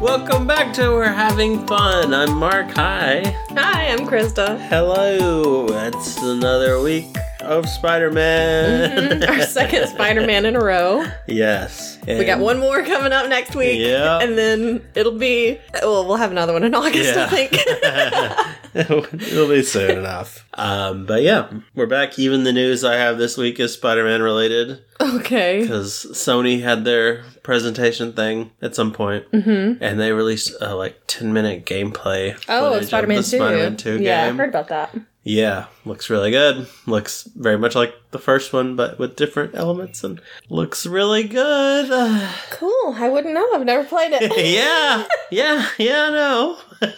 Welcome back to We're Having Fun. I'm Mark. Hi. Hi, I'm Krista. Hello. It's another week of Spider Man. Mhm, Our second Spider Man in a row. Mm-hmm. Yes. We got one more coming up next week. Yeah. And then it'll be, well, we'll have another one in August, I think. It'll be soon enough. Um, but yeah, we're back. Even the news I have this week is Spider Man related okay. because Sony had their presentation thing at some point, Mm-hmm. and they released a like ten minute gameplay. Oh, footage of it's Spider Man the 2. Spider-Man Two Yeah, I game. heard about that. Yeah, looks really good. Looks very much like the first one, but with different elements, and looks really good. Cool. I wouldn't know. I've never played it. yeah, yeah, yeah. No,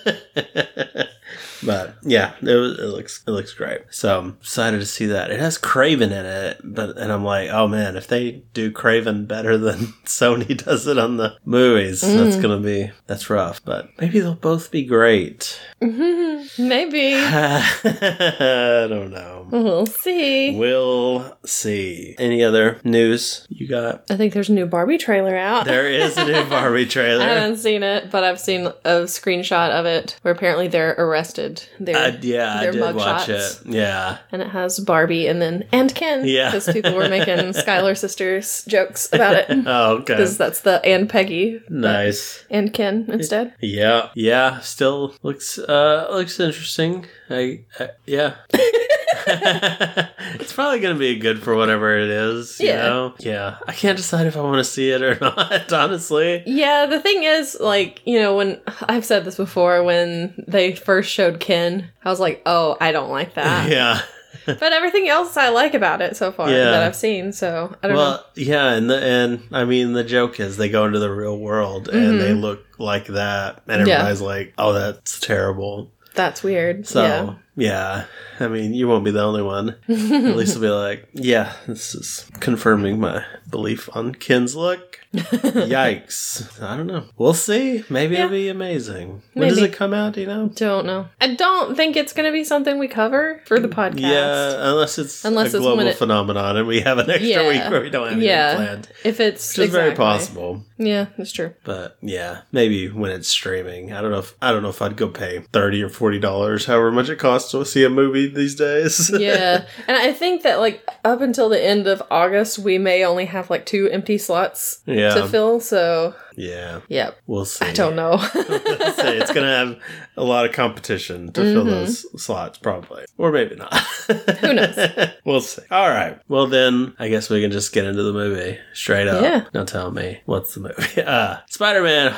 but yeah, it, was, it looks it looks great. So I'm excited to see that. It has Craven in it, but and I'm like, oh man, if they do Craven better than Sony does it on the movies, that's gonna be that's rough. But maybe they'll both be great. Maybe. I don't know. We'll see. We'll see. Any other news you got? I think there's a new Barbie trailer out. There is a new Barbie I trailer. haven't seen it, but I've seen a screenshot of it where apparently they're arrested. They're, I, yeah, I their did watch it. mugshots. Yeah. and it has Barbie and then and Ken. Yeah. because people were making Skylar sisters jokes about it Oh, okay. because that's the and Peggy but Nice. and Ken instead. Yeah. Yeah. Still looks uh looks interesting. I, I yeah. it's probably gonna be good for whatever it is. You Yeah. Know? Yeah. I can't decide if I want to see it or not. Honestly. Yeah, the thing is, like you know, when I've said this before, when they first showed Ken, I was like, oh, I don't like that. Yeah. But everything else I like about it so far Yeah. that I've seen, so I don't well, know. yeah, and the, and I mean the joke is they go into the real world and they look like that, and Mm-hmm. Yeah. everybody's like, "Oh, that's terrible." That's weird. So yeah. yeah. I mean you won't be the only one. Mm-hmm. At least will be like, "Yeah, this is confirming my belief on Ken's look." Yikes! I don't know. We'll see. Maybe it'll be amazing. When does Maybe. it come out? Do you know? Don't know. I don't think it's going to be something we cover for the podcast. Yeah, unless it's Unless a it's global when it- phenomenon and we have an extra Yeah. week where we don't have anything Yeah. planned, If it's which is very exactly. possible. Yeah, that's true. But yeah, maybe when it's streaming. I don't know if I don't know if I'd go pay thirty or forty dollars, however much it costs to see a movie these days. yeah and i think that like up until the end of august we may only have like two empty slots yeah, to fill so yeah. yeah We'll see. i don't know We'll see. It's gonna have a lot of competition to fill Mhm. those slots, probably, or maybe not. Who knows? we'll see. All right. Well, then I guess we can just get into the movie straight up. Yeah. Now tell me what's the movie? Uh, Spider-Man: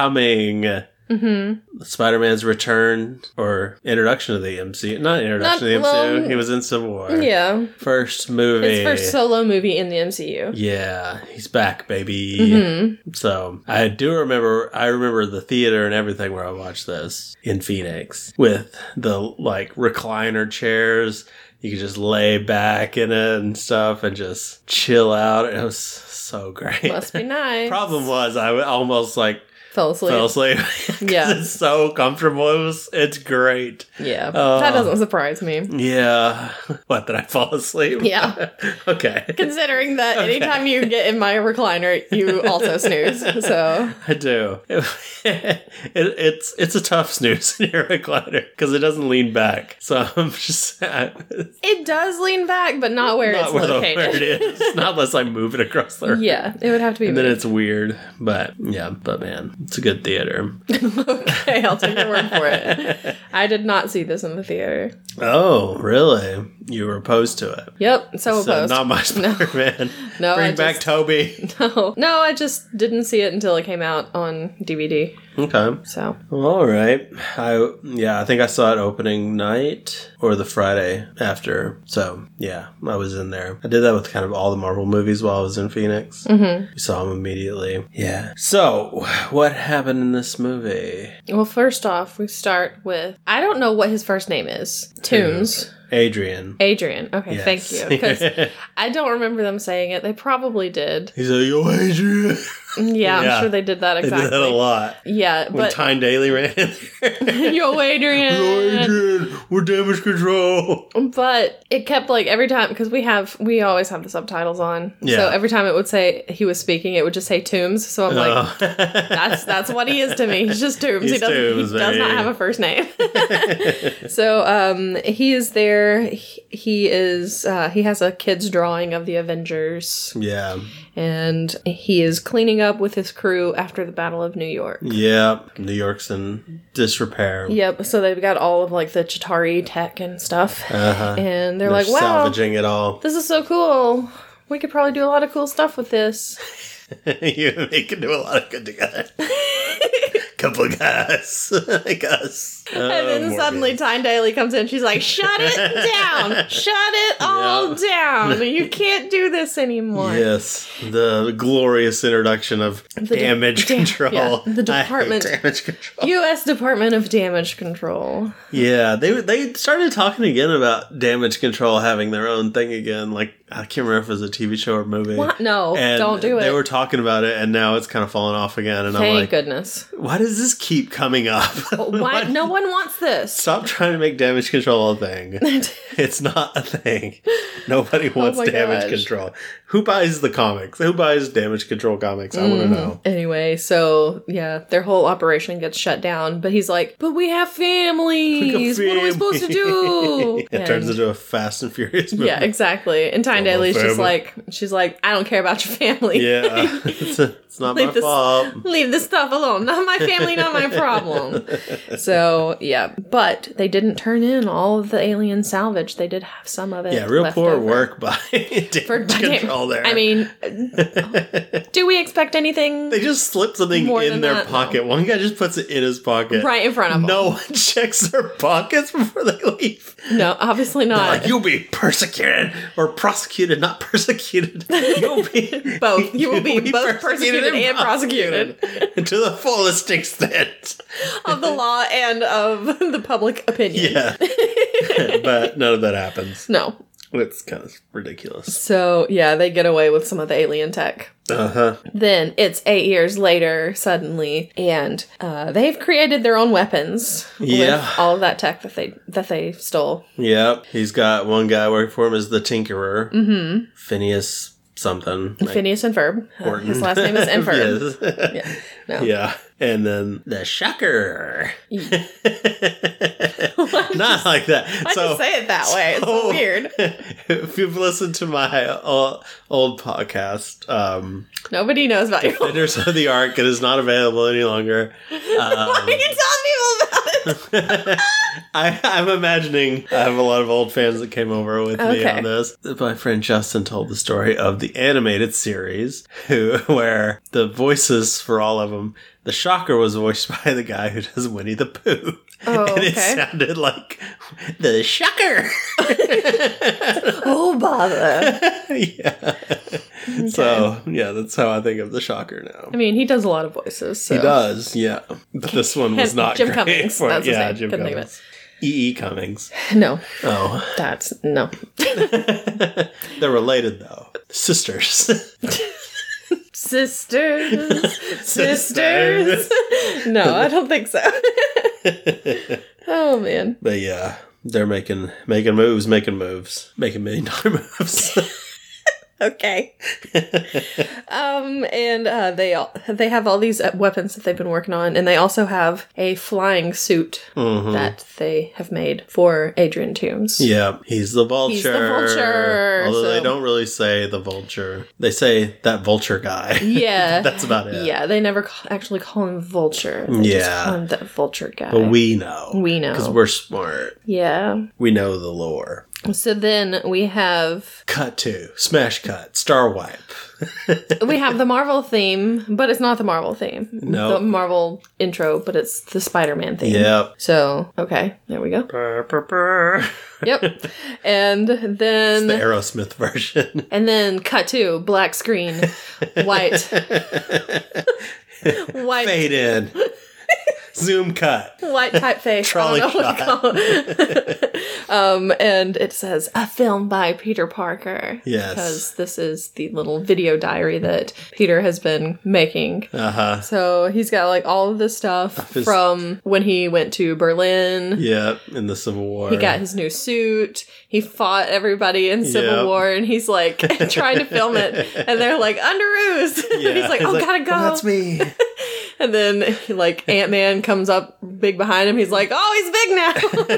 Homecoming. hmm Spider Man's return or introduction to the MCU. Not introduction Not- to the MCU. well, he was in Civil War. yeah First movie. it's first solo movie in the mcu yeah, he's back, baby. hmm So I do remember. I remember the theater and everything where I watched this in Phoenix with the like recliner chairs. You could just lay back in it and stuff and just chill out. It was so great. must be nice Problem was, I almost like fell asleep fell asleep. 'Cause Yeah. it's so comfortable. It was, it's great. yeah Oh. that doesn't surprise me Yeah. What, did I fall asleep? Yeah. okay. considering that anytime you get in my recliner you also snooze so I do. it, it's it's a tough snooze in your recliner because it doesn't lean back. So I'm just I, it does lean back but not where not it's where, the, located where it is. Not unless I move it across the room. yeah it would have to be And then moved. it's weird. But yeah, but man, it's a good theater. okay, I'll take your word for it. I did not see this in the theater. Oh, really? You were opposed to it. Yep, so, So opposed. uh, not my Spider Man. No, I Bring back just- Toby. no, no, I just didn't see it until it came out on DVD. Okay. So All right. I yeah, I think I saw it opening night or the Friday after. So yeah, I was in there. I did that with kind of all the Marvel movies while I was in Phoenix. Mm-hmm. We saw them immediately. Yeah. So what happened in this movie? well, first off, we start with I don't know what his first name is. Toons. Adrian. Adrian. Okay, thank you. Because Yes. I don't remember them saying it. They probably did. Mm, He's like, yo, Adrian. Yeah, Yeah. I'm sure they did that They exactly. did that a lot. Yeah, When but Tyne Daly ran in there. yo, Adrian. "Yo, Adrian, we're damage control. But it kept like every time because we have we always have the subtitles on. Yeah. Uh-huh. So every time it would say he was speaking, it would just say Tombs. So I'm like, that's that's what he is to me. He's just Tombs. he He's doesn't Toombs, he does not baby. have a first name. so um he is there. He, he is uh he has a kid's drawing of the Avengers yeah. and he is cleaning up with his crew after the Battle of New York. Hmm. Yep. New York's in disrepair. Yep, so they've got all of like the Chitari tech and stuff. Uh-huh. And they're, They're like, wow, salvaging it all. this is so cool. We could probably do a lot of cool stuff with this. you and me can do a lot of good together. Couple of guys Oh, like us. and then suddenly Tyne Daly comes in. She's like, shut it down. Shut it all down. You can't do this anymore. Yes, the glorious introduction of de- damage dam- control. yeah, the I hate department. damage control. U.S. Department of Damage Control. Yeah, they they started talking again about damage control having their own thing again. Like I can't remember if it was a TV show or movie. What? No, And don't do They it. were talking about it, and now it's kind of falling off again. And I'm Thank like, goodness. why does this keep coming up? Why? No one wants this. Stop trying to make damage control a thing. It's not a thing. Nobody wants Oh my damage gosh. control. Who buys the comics? Who buys damage control comics? I want Mm-hmm. to know. Anyway, so yeah, their whole operation gets shut down. But he's like, "But we have families. What are we supposed to do?" it turns And- into a Fast and Furious movie. Yeah, exactly. And Tyne Don't love Daly's just family. like she's like, I don't care about your family. Yeah. it's, it's not my Leave this- fault. Leave this stuff alone. Not my family, not my problem. So yeah. But they didn't turn in all of the alien salvage. They did have some of it. Yeah, real left poor over. work by damage For control there. I mean do we expect anything they just slip something More in than their that, no. pocket. One guy just puts it in his pocket. right in front of them? No one checks their pockets before they leave. No, obviously not. Like, you'll be persecuted or prosecuted, not persecuted. You'll be Both. You will be both persecuted and prosecuted to the fullest extent. of the law and of the public opinion. Yeah, but none of that happens. No. It's kind of ridiculous. So yeah, they get away with some of the alien tech. Uh huh. Then it's eight years later, suddenly, and uh, they've created their own weapons Yeah. with all of that tech that they that they stole. Yep. He's got one guy working for him is the Tinkerer, mm-hmm. Phineas something. Like Phineas and Ferb. Uh, Horton. his last name is Enferb. Yes. Yeah. No. Yeah. And then the shocker. Not like that. I so, just say it that way. It's so so- weird. if you've listened to my old, old podcast, um, Nobody knows about you. Why Defenders of the Ark, it is not available any longer. Um, are you telling people about it? I, I'm imagining I have a lot of old fans that came over with me Okay. on this. My friend Justin told the story of the animated series, who where the voices for all of them, the Shocker was voiced by the guy who does Winnie the Pooh, Oh, and it okay. sounded like the Shocker. Oh bother. yeah. So yeah, that's how I think of the Shocker now. I mean, he does a lot of voices. So. He does, yeah. But this one was Him- not Jim great Cummings, For, that's his yeah, name. Jim Couldn't think of Cummings. E. E. Cummings. No, Oh. that's no. They're related though. Sisters. Sisters, sisters. no, I don't think so. oh man. but yeah, they're making making moves, making moves, making million dollar moves. okay. um, and uh, they all they have all these uh, weapons that they've been working on, and they also have a flying suit Mhm. that they have made for Adrian Toombs. yeah, he's the vulture. the vulture, Although they so- don't really say the vulture. They say that vulture guy. Yeah. That's about yeah. it. they never ca- actually call him Vulture. They Yeah. just call him that Vulture guy. But we know. We Because know. we're smart. yeah. We know the lore. So then we have Cut to. Smash cut. Star wipe. we have the Marvel theme, but it's not the Marvel theme. No. The Marvel intro, but it's the Spider-Man theme. Yep. So, okay, there we go. Brr, brr, brr. Yep. and then The Aerosmith version. And then cut to black screen, white, white, Fade in. Zoom cut. White typeface. Trolley I don't know shot. what to call it. um, and it says a film by Peter Parker. Yes. Because this is the little video diary that Peter has been making. Uh huh. So he's got like all of this stuff his- from when he went to Berlin. Yep. In the Civil War. He got his new suit. He fought everybody in Civil Yep. War, and he's like trying to film it, and they're like under ruse. Yeah. he's like, "Oh, gotta go." "Well, that's me. And then like Ant Man comes up big behind him. He's like, "Oh, he's big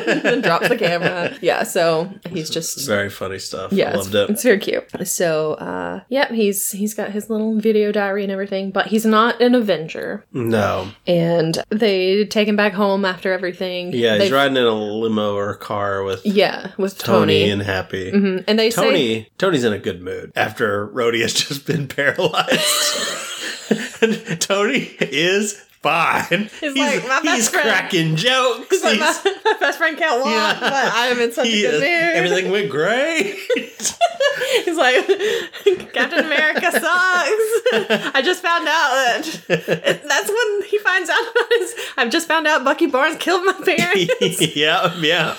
now," and then drops the camera. Yeah, so he's just Very funny stuff. yeah, it's, Loved it. it's very cute. So uh, yep, he's he's got his little video diary and everything, but he's not an Avenger. No. And they take him back home after everything. Yeah, he's They- riding in a limo or a car with Yeah, with Tony, Tony. and Happy. Mhm. And they say Tony, Tony's in a good mood after Rhodey has just been paralyzed. and Tony is fine. He's like, "My best he's friend." cracking jokes. He's like, He's- my, my best friend can't walk, Yeah. but I am in such he a good is- mood. everything went great. He's like, Captain America sucks. I just found out that it- that's when he finds out about his. I've just found out Bucky Barnes killed my parents. yeah, yeah.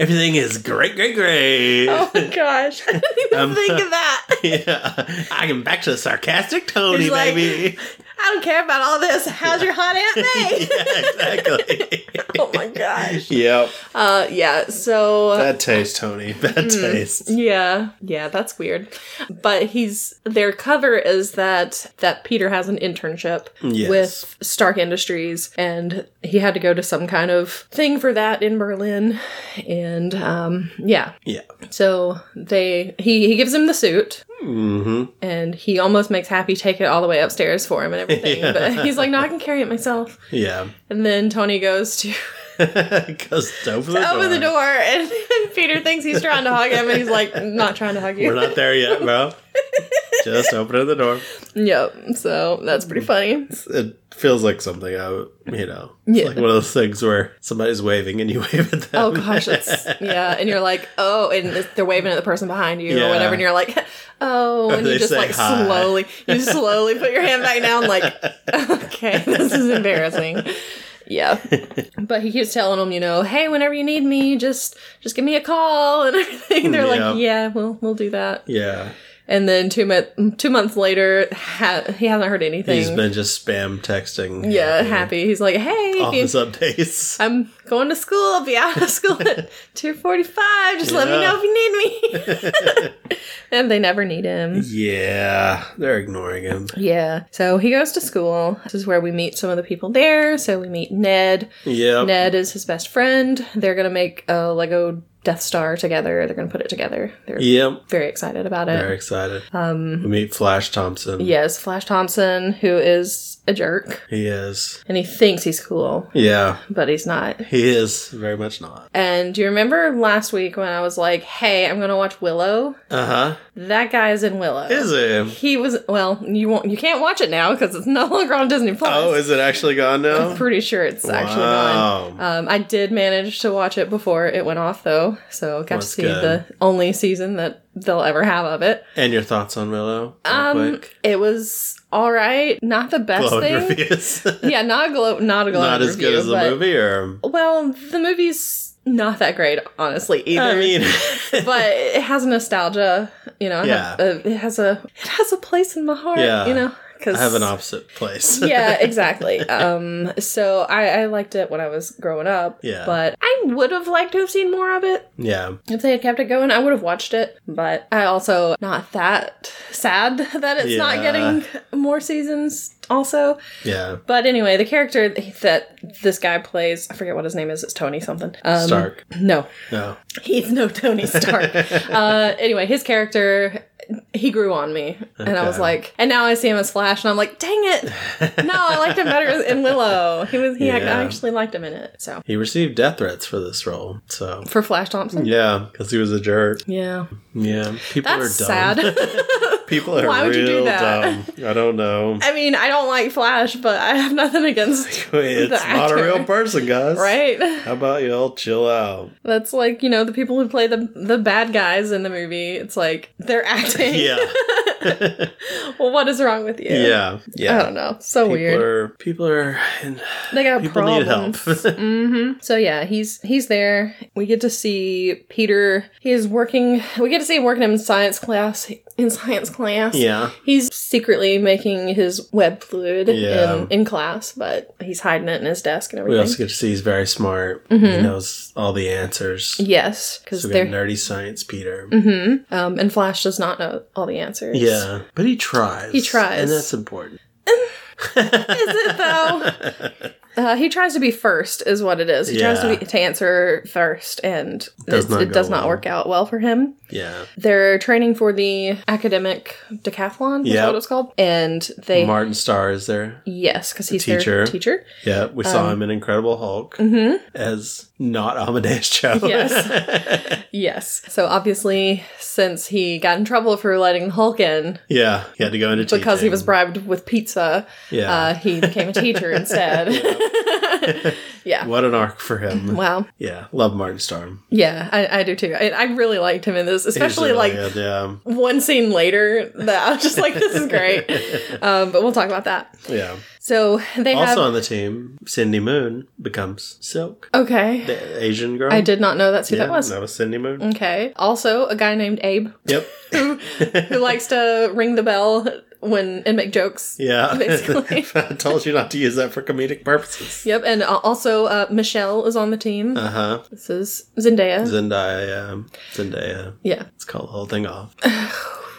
Everything is great, great, great. oh my gosh, I didn't even Um, think of that. Yeah, I can back to the sarcastic Tony, He's like- baby. I don't care about all this. How's your hot Aunt May? yeah, exactly. oh my gosh. yep, Uh, yeah. So. bad taste, Tony. Mm. Bad taste. Yeah, yeah, that's weird. But he's their cover is that that Peter has an internship Yes. with Stark Industries, and he had to go to some kind of thing for that in Berlin, and um, yeah, Yeah. so they he he gives him the suit, hmm and he almost makes Happy take it all the way upstairs for him and everything, Yeah. but he's like, no, I can carry it myself. Yeah. And then Tony goes to Because open the, open the door, and, Peter thinks he's trying to hug him, and he's like, not trying to hug you. We're not there yet, bro. Just open the door. Yep. So that's Mm. pretty funny. It feels like something I, would- you know, Yeah. it's like one of those things where somebody's waving and you wave at them. Oh gosh, it's yeah, and you're like, oh, and it's- they're waving at the person behind you or whatever, Yeah. and you're like, oh, and they you just say like hi. slowly, you slowly put your hand back down, like, okay, this is embarrassing. Yeah, but he keeps telling them, you know, hey, whenever you need me, just just give me a call and everything. They're Yeah. like, yeah, we'll we'll do that. yeah. And then two month two months later, ha- he hasn't heard anything. He's been just spam texting. yeah, Happy happy. He's like, hey, All if you- his updates. I'm going to school. I'll be out of school at 2:45. Just let me Yeah. know if you need me. and they never need him. Yeah. They're ignoring him. Yeah. So he goes to school. This is where we meet some of the people there. So we meet Ned. Yep. Ned is his best friend. They're going to make a Lego Death Star together. They're going to put it together. They're Yep. very excited about it. Very excited. Um, we meet Flash Thompson. Yes, Flash Thompson, who is a jerk, He is. and he thinks he's cool, Yeah. but he's not. He is very much not. And do you remember last week when I was like, "Hey, I'm going to watch Willow." Uh huh. That guy is in Willow. Is he? He was well. You won't. You can't watch it now because it's no longer on Disney Plus. Oh, is it actually gone now? I'm pretty sure it's actually gone. Um, I did manage to watch it before it went off, though, so got That's to see good. the only season that they'll ever have of it. And your thoughts on Willow? real Um, quick? it was all right, not the best glowing thing. reviews. Yeah, not a glow, not a glowing Not as good review, as the but- movie, or Well, the movie's not that great, honestly. Either. I mean, but it has nostalgia, you know. it Yeah. ha- uh, it has a it has a place in my heart, Yeah. you know. Cause I have an opposite place. yeah, exactly. Um, so I, I liked it when I was growing up. Yeah. But I would have liked to have seen more of it yeah, if they had kept it going. I would have watched it, but I also not that sad that it's not Yeah. getting more seasons. Also, yeah. but anyway, the character that this guy plays, I forget what his name is. It's Tony something. Um, Stark. No, No. He's no Tony Stark. uh, anyway, his character, he grew on me. And I was Okay. like, and now I see him as Flash, and I'm like, dang it. No, I liked him better in Willow. He was, he, I Yeah. actually liked him in it. So, He received death threats for this role, so for Flash Thompson? yeah, because he was a jerk. Yeah. Yeah, people That's are dumb. sad. People are Why would you real do that? dumb. I don't know. I mean, I don't like Flash, but I have nothing against it's not a actor. real person, guys. Right? How about y'all chill out? That's like, you know, the people who play the the bad guys in the movie. It's like they're acting. Yeah. well, what is wrong with you? yeah, yeah. I don't know. So people Oh, weird. are people are in, they got people need help. problems. hmm So yeah, he's he's there. We get to see Peter. He is working. We get to see him working in science class. In science class, yeah, he's secretly making his web fluid Yeah. in, in class, but he's hiding it in his desk and we everything. also get to see he's very smart. He Mhm. knows all the answers. yes, because so we they're got nerdy science, Peter. hmm Um, and Flash does not know all the answers. Yeah, but he tries. He tries. and that's important. Is it though? Uh, he tries to be first, is what it is. He tries Yeah. to, be, to answer first, and Does it, not it does go not well. work out well for him. yeah, They're training for the academic decathlon, is Yep. that what it's called. And they, Martin Starr is there. yes, because he's teacher. their teacher. Yeah, we saw Um, him in Incredible Hulk hmm as not Amadeus Cho. Yes. Yes. So obviously, since he got in trouble for letting Hulk in yeah, he had to go into because he teaching. was bribed with pizza, Yeah, uh, he became a teacher instead. yeah. what an arc for him. Wow. Yeah, love Martin Starr. Yeah, I, I do too. I, I really liked him in this, He's especially really like good, yeah, one scene later that I was just like, this is great. Um, but we'll talk about that. yeah. So they also have. on the team, Cindy Moon becomes Silk, okay. the Asian girl. I did not know that's who Yeah, that was. That was Cindy Mm. Moon. Okay. Also, a guy named Abe Yep. who, who likes to ring the bell when and make jokes. Yeah. Basically. I told you not to use that for comedic purposes. Yep. And uh, also, uh, Michelle is on the team. Uh huh. this is Zendaya. Zendaya. um, Zendaya. yeah. Let's call the whole thing off.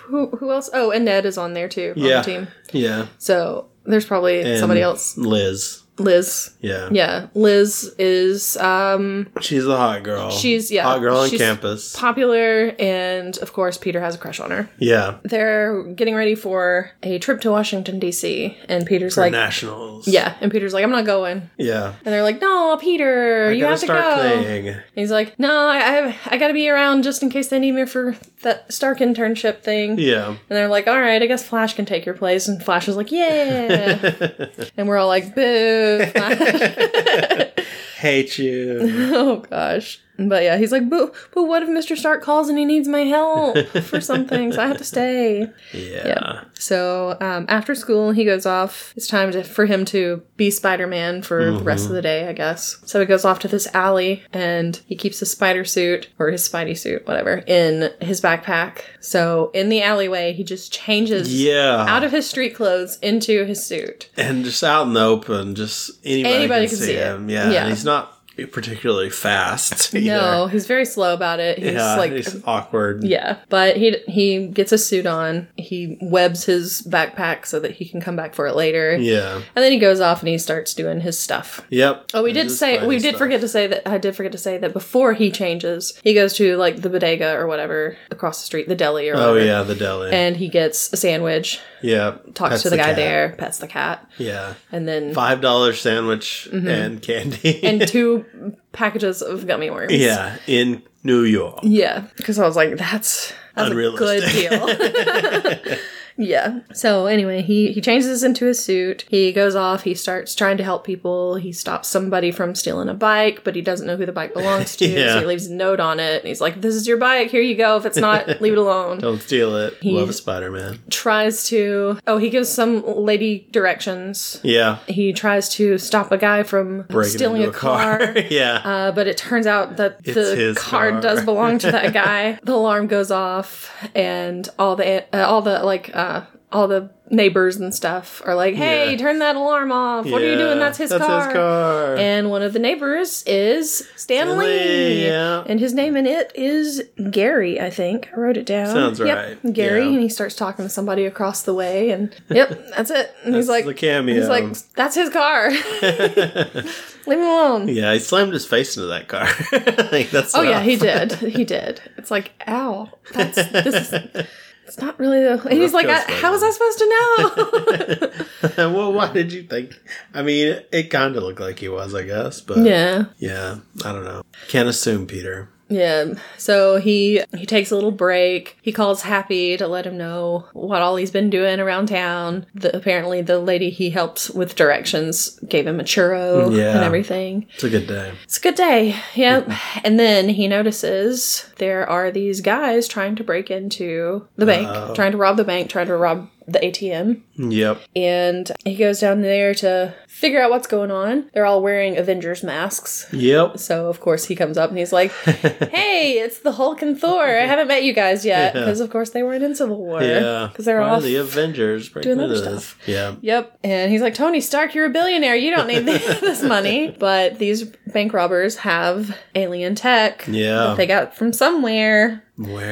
Who, who else? Oh, and Ned is on there too Yeah. on the team. Yeah. So there's probably And somebody else. Liz. Liz. Yeah. Yeah, Liz is um She's the hot girl. She's- yeah, Hot girl on she's- campus. popular and of course Peter has a crush on her. yeah. They're getting ready for a trip to Washington DC and Peter's For like nationals. yeah, and Peter's like I'm not going. Yeah. And they're like, "No, Peter, I you gotta have to start go." playing. And he's like, "No, I I, I got to be around just in case they need me for that Stark internship thing." Yeah. And they're like, "All right, I guess Flash can take your place." And Flash is like, "Yeah." and we're all like, "Boo!" Flash." Hate you. Oh gosh. But yeah, he's like, but, but what if Mr. Stark calls and he needs my help for something? So I have to stay. Yeah. So um, after school, he goes off. It's time to, for him to be Spider Man for Mm-hmm. the rest of the day, I guess. So he goes off to this alley and he keeps his spider suit or his Spidey suit, whatever, in his backpack. So in the alleyway, he just changes Yeah. out of his street clothes into his suit. and just out in the open, just anybody, Anybody can, can see, see it. him. Yeah. Yeah. And he's not particularly fast either. No, he's very slow about it. He's Yeah. like he's awkward. Yeah, but he he gets a suit on. He webs his backpack so that he can come back for it later. Yeah. And then he goes off and he starts doing his stuff. Yep. Oh, we did Just say funny we did stuff. forget to say that I did forget to say that before he changes, he goes to like the bodega or whatever across the street, the deli or Oh whatever. yeah, the deli. And he gets a sandwich, yeah. talks Pets to the, guy cat. there, pets the cat, Yeah. and then Five dollar sandwich and candy. Mm-hmm. and two packages of gummy worms. yeah, in New York. Yeah, because I was like, that's, that's a good Unrealistic. deal. yeah. So anyway, he he changes into his suit. He goes off. He starts trying to help people. He stops somebody from stealing a bike, but he doesn't know who the bike belongs to. Yeah. So he leaves a note on it, and he's like, "This is your bike. Here you go. If it's not, leave it alone." Don't steal it. He- Love Spider Man. Tries to. Oh, he gives some lady directions. Yeah. He tries to stop a guy from Breaking stealing into a car. yeah. Uh, but it turns out that the his car, car. does belong to that guy. the alarm goes off, and all the uh, all the like uh, all the neighbors and stuff are like, "Hey, Yeah. turn that alarm off! What are you doing? Yeah, That's his car." car. And one of the neighbors is Stan Lee, Lee, yeah. and his name in it is Gary. I think I wrote it down. Sounds yep, right, Gary, yeah. and he starts talking to somebody across the way, and yep, that's it. And he's That's like, the cameo. he's like, "That's his car. Leave him alone." yeah, he slammed his face into that car. I think that's Oh rough. yeah, he did. He did. It's like, ow, that's this. Is, it's not really the. And he's like, Rough I, goes how was I supposed to well, why did you think? I mean, it kind of looked like he was, I guess, but know? yeah, yeah, I don't know. Can't assume, Peter. Yeah. So he he takes a little break. He calls Happy to let him know what all he's been doing around town. The, apparently, the lady he helps with directions gave him a churro Yeah. and everything. It's a good day. It's a good day. Yep. and then he notices there are these guys trying to break into the bank, Uh-oh. trying to rob the bank, trying to rob the ATM. Yep. And he goes down there to figure out what's going on. They're all wearing Avengers masks. Yep. So of course he comes up and he's like, "Hey, it's the Hulk and Thor. I haven't met you guys yet Yeah. because of course they weren't in Civil War. Yeah. because they're Why are off. the Avengers breaking doing into other this. stuff. Yeah. Yep. And he's like, Tony Stark, you're a billionaire. You don't need this money. But these bank robbers have alien tech. Yeah. that They got from somewhere.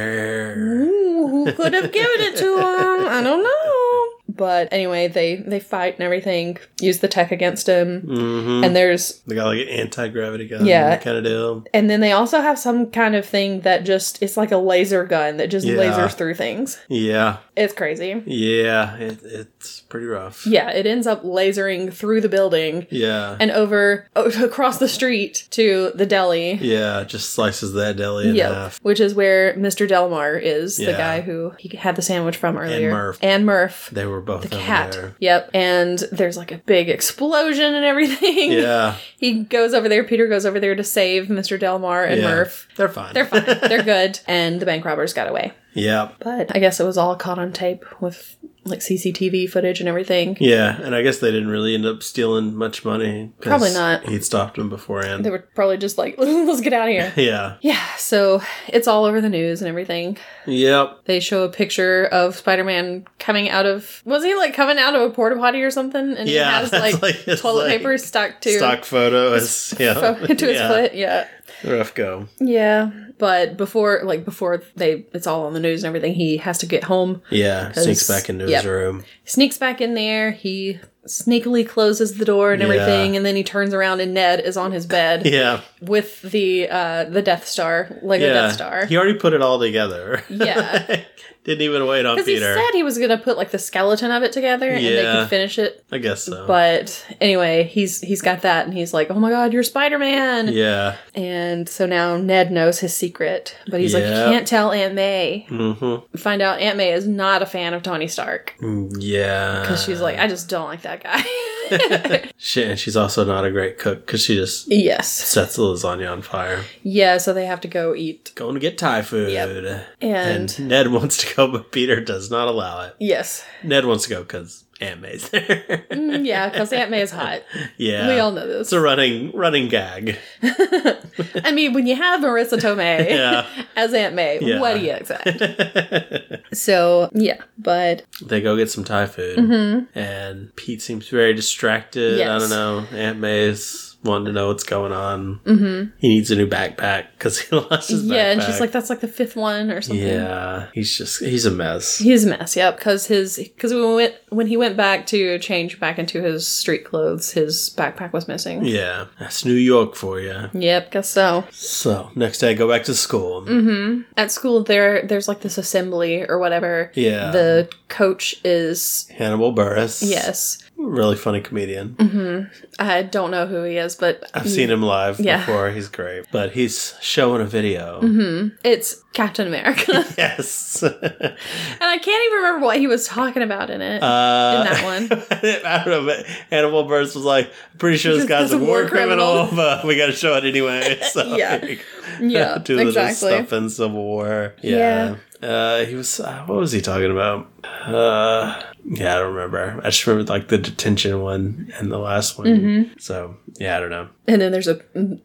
Where? Ooh, who could have given it to him? I don't know. But anyway, they they fight and everything. Use the tech against him. Mm-hmm. And there's They got like an anti gravity gun. Yeah. Kind of deal. And then they also have some kind of thing that just it's like a laser gun that just Yeah. lasers through things. Yeah. It's crazy. Yeah. It, it's pretty rough. Yeah, it ends up lasering through the building Yeah. and over o- across the street to the deli. yeah. it Just slices that deli in Yep, half. which is where Mr. Delmar is, the Yeah. guy who he had the sandwich from earlier. Murph. And Murph, They were both the over cat. there. Yep. And there's like a big explosion and everything. Yeah. He goes over there, Peter goes over there to save Mr. Delmar and yeah. Murph. They're fine. They're fine. They're good. And the bank robbers got away. yeah. But I guess it was all caught on tape with like CCTV footage and everything. Yeah. And I guess they didn't really end up stealing much money. 'cause Probably not. He'd stopped them beforehand. They were probably just like, let's get out of here. yeah. Yeah, so it's all over the news and everything. Yep. They show a picture of Spider Man coming out of was he like coming out of a porta potty or something? And Yeah, he has that's like, like- it's toilet like paper stuck to Stock photo is yeah. to his yeah. foot. Yeah. Rough go. Yeah. But before like before they it's all on the news and everything, he has to get home. Yeah. Sneaks 'Cause- back into yep. his room. sneaks back in there. He sneakily closes the door and Yeah. everything, and then he turns around and Ned is on his bed Yeah. with the uh, the Death Star, Lego yeah. Death Star. He already put it all together. Yeah. Didn't even wait on Because he Peter. said he was gonna put like the skeleton of it together and they Yeah. could finish it. I guess so. But anyway, he's he's got that and he's like, Oh my god, you're Spider Man yeah. And so now Ned knows his secret. But he's like, Yeah. You can't tell Aunt May. Mm-hmm. Find out Aunt May is not a fan of Tony Stark. Yeah. Because she's like, I just don't like that guy. She, and she's also not a great cook because she just yes. sets the lasagna on fire. Yeah, so they have to go eat. Going to get Thai food. Yep. And, And Ned wants to go, but Peter does not allow it. yes. Ned wants to go because Aunt May's there. Mm, yeah, because Aunt May is hot. yeah. We all know this. it's a running running gag. I mean, when you have Marissa Tomei Yeah. as Aunt May, Yeah. what do you expect? they So, yeah, but go get some Thai food, and Pete seems very distracted. I Mm-hmm. Yes. don't know. Aunt May's wanting to know what's going on. He needs a new backpack because he lost his backpack. Mm-hmm. yeah, and she's like, that's like the fifth one or something. yeah, he's just he's a mess. He's a mess, yep. Because his because we went when he went back to change back into his street clothes, his backpack was missing. Yeah, that's New York for you. Yep, guess so. So next day, I go back to school. Mm-hmm. At school, there there's like this assembly or whatever. Yeah. The coach is Hannibal Burris. yes, Mm-hmm. really funny comedian. I don't know who he is, but I've seen him live Yeah. Mm-hmm. before. He's great, but he's showing a video. it's Captain America. and Yes. I can't even remember what he was talking about in it. Uh, In that one. I don't know, but Hannibal Burris was like, "I'm pretty sure this This guy's a war criminal, criminal." but we got to show it anyway." So Yeah. like, yeah, do this exactly. stuff in Civil War. Yeah. Uh, he was. Uh, what was he talking about? Uh, yeah, I don't remember. I just remember like the detention one and the last one. Mm-hmm. So yeah, I don't know. And then there's a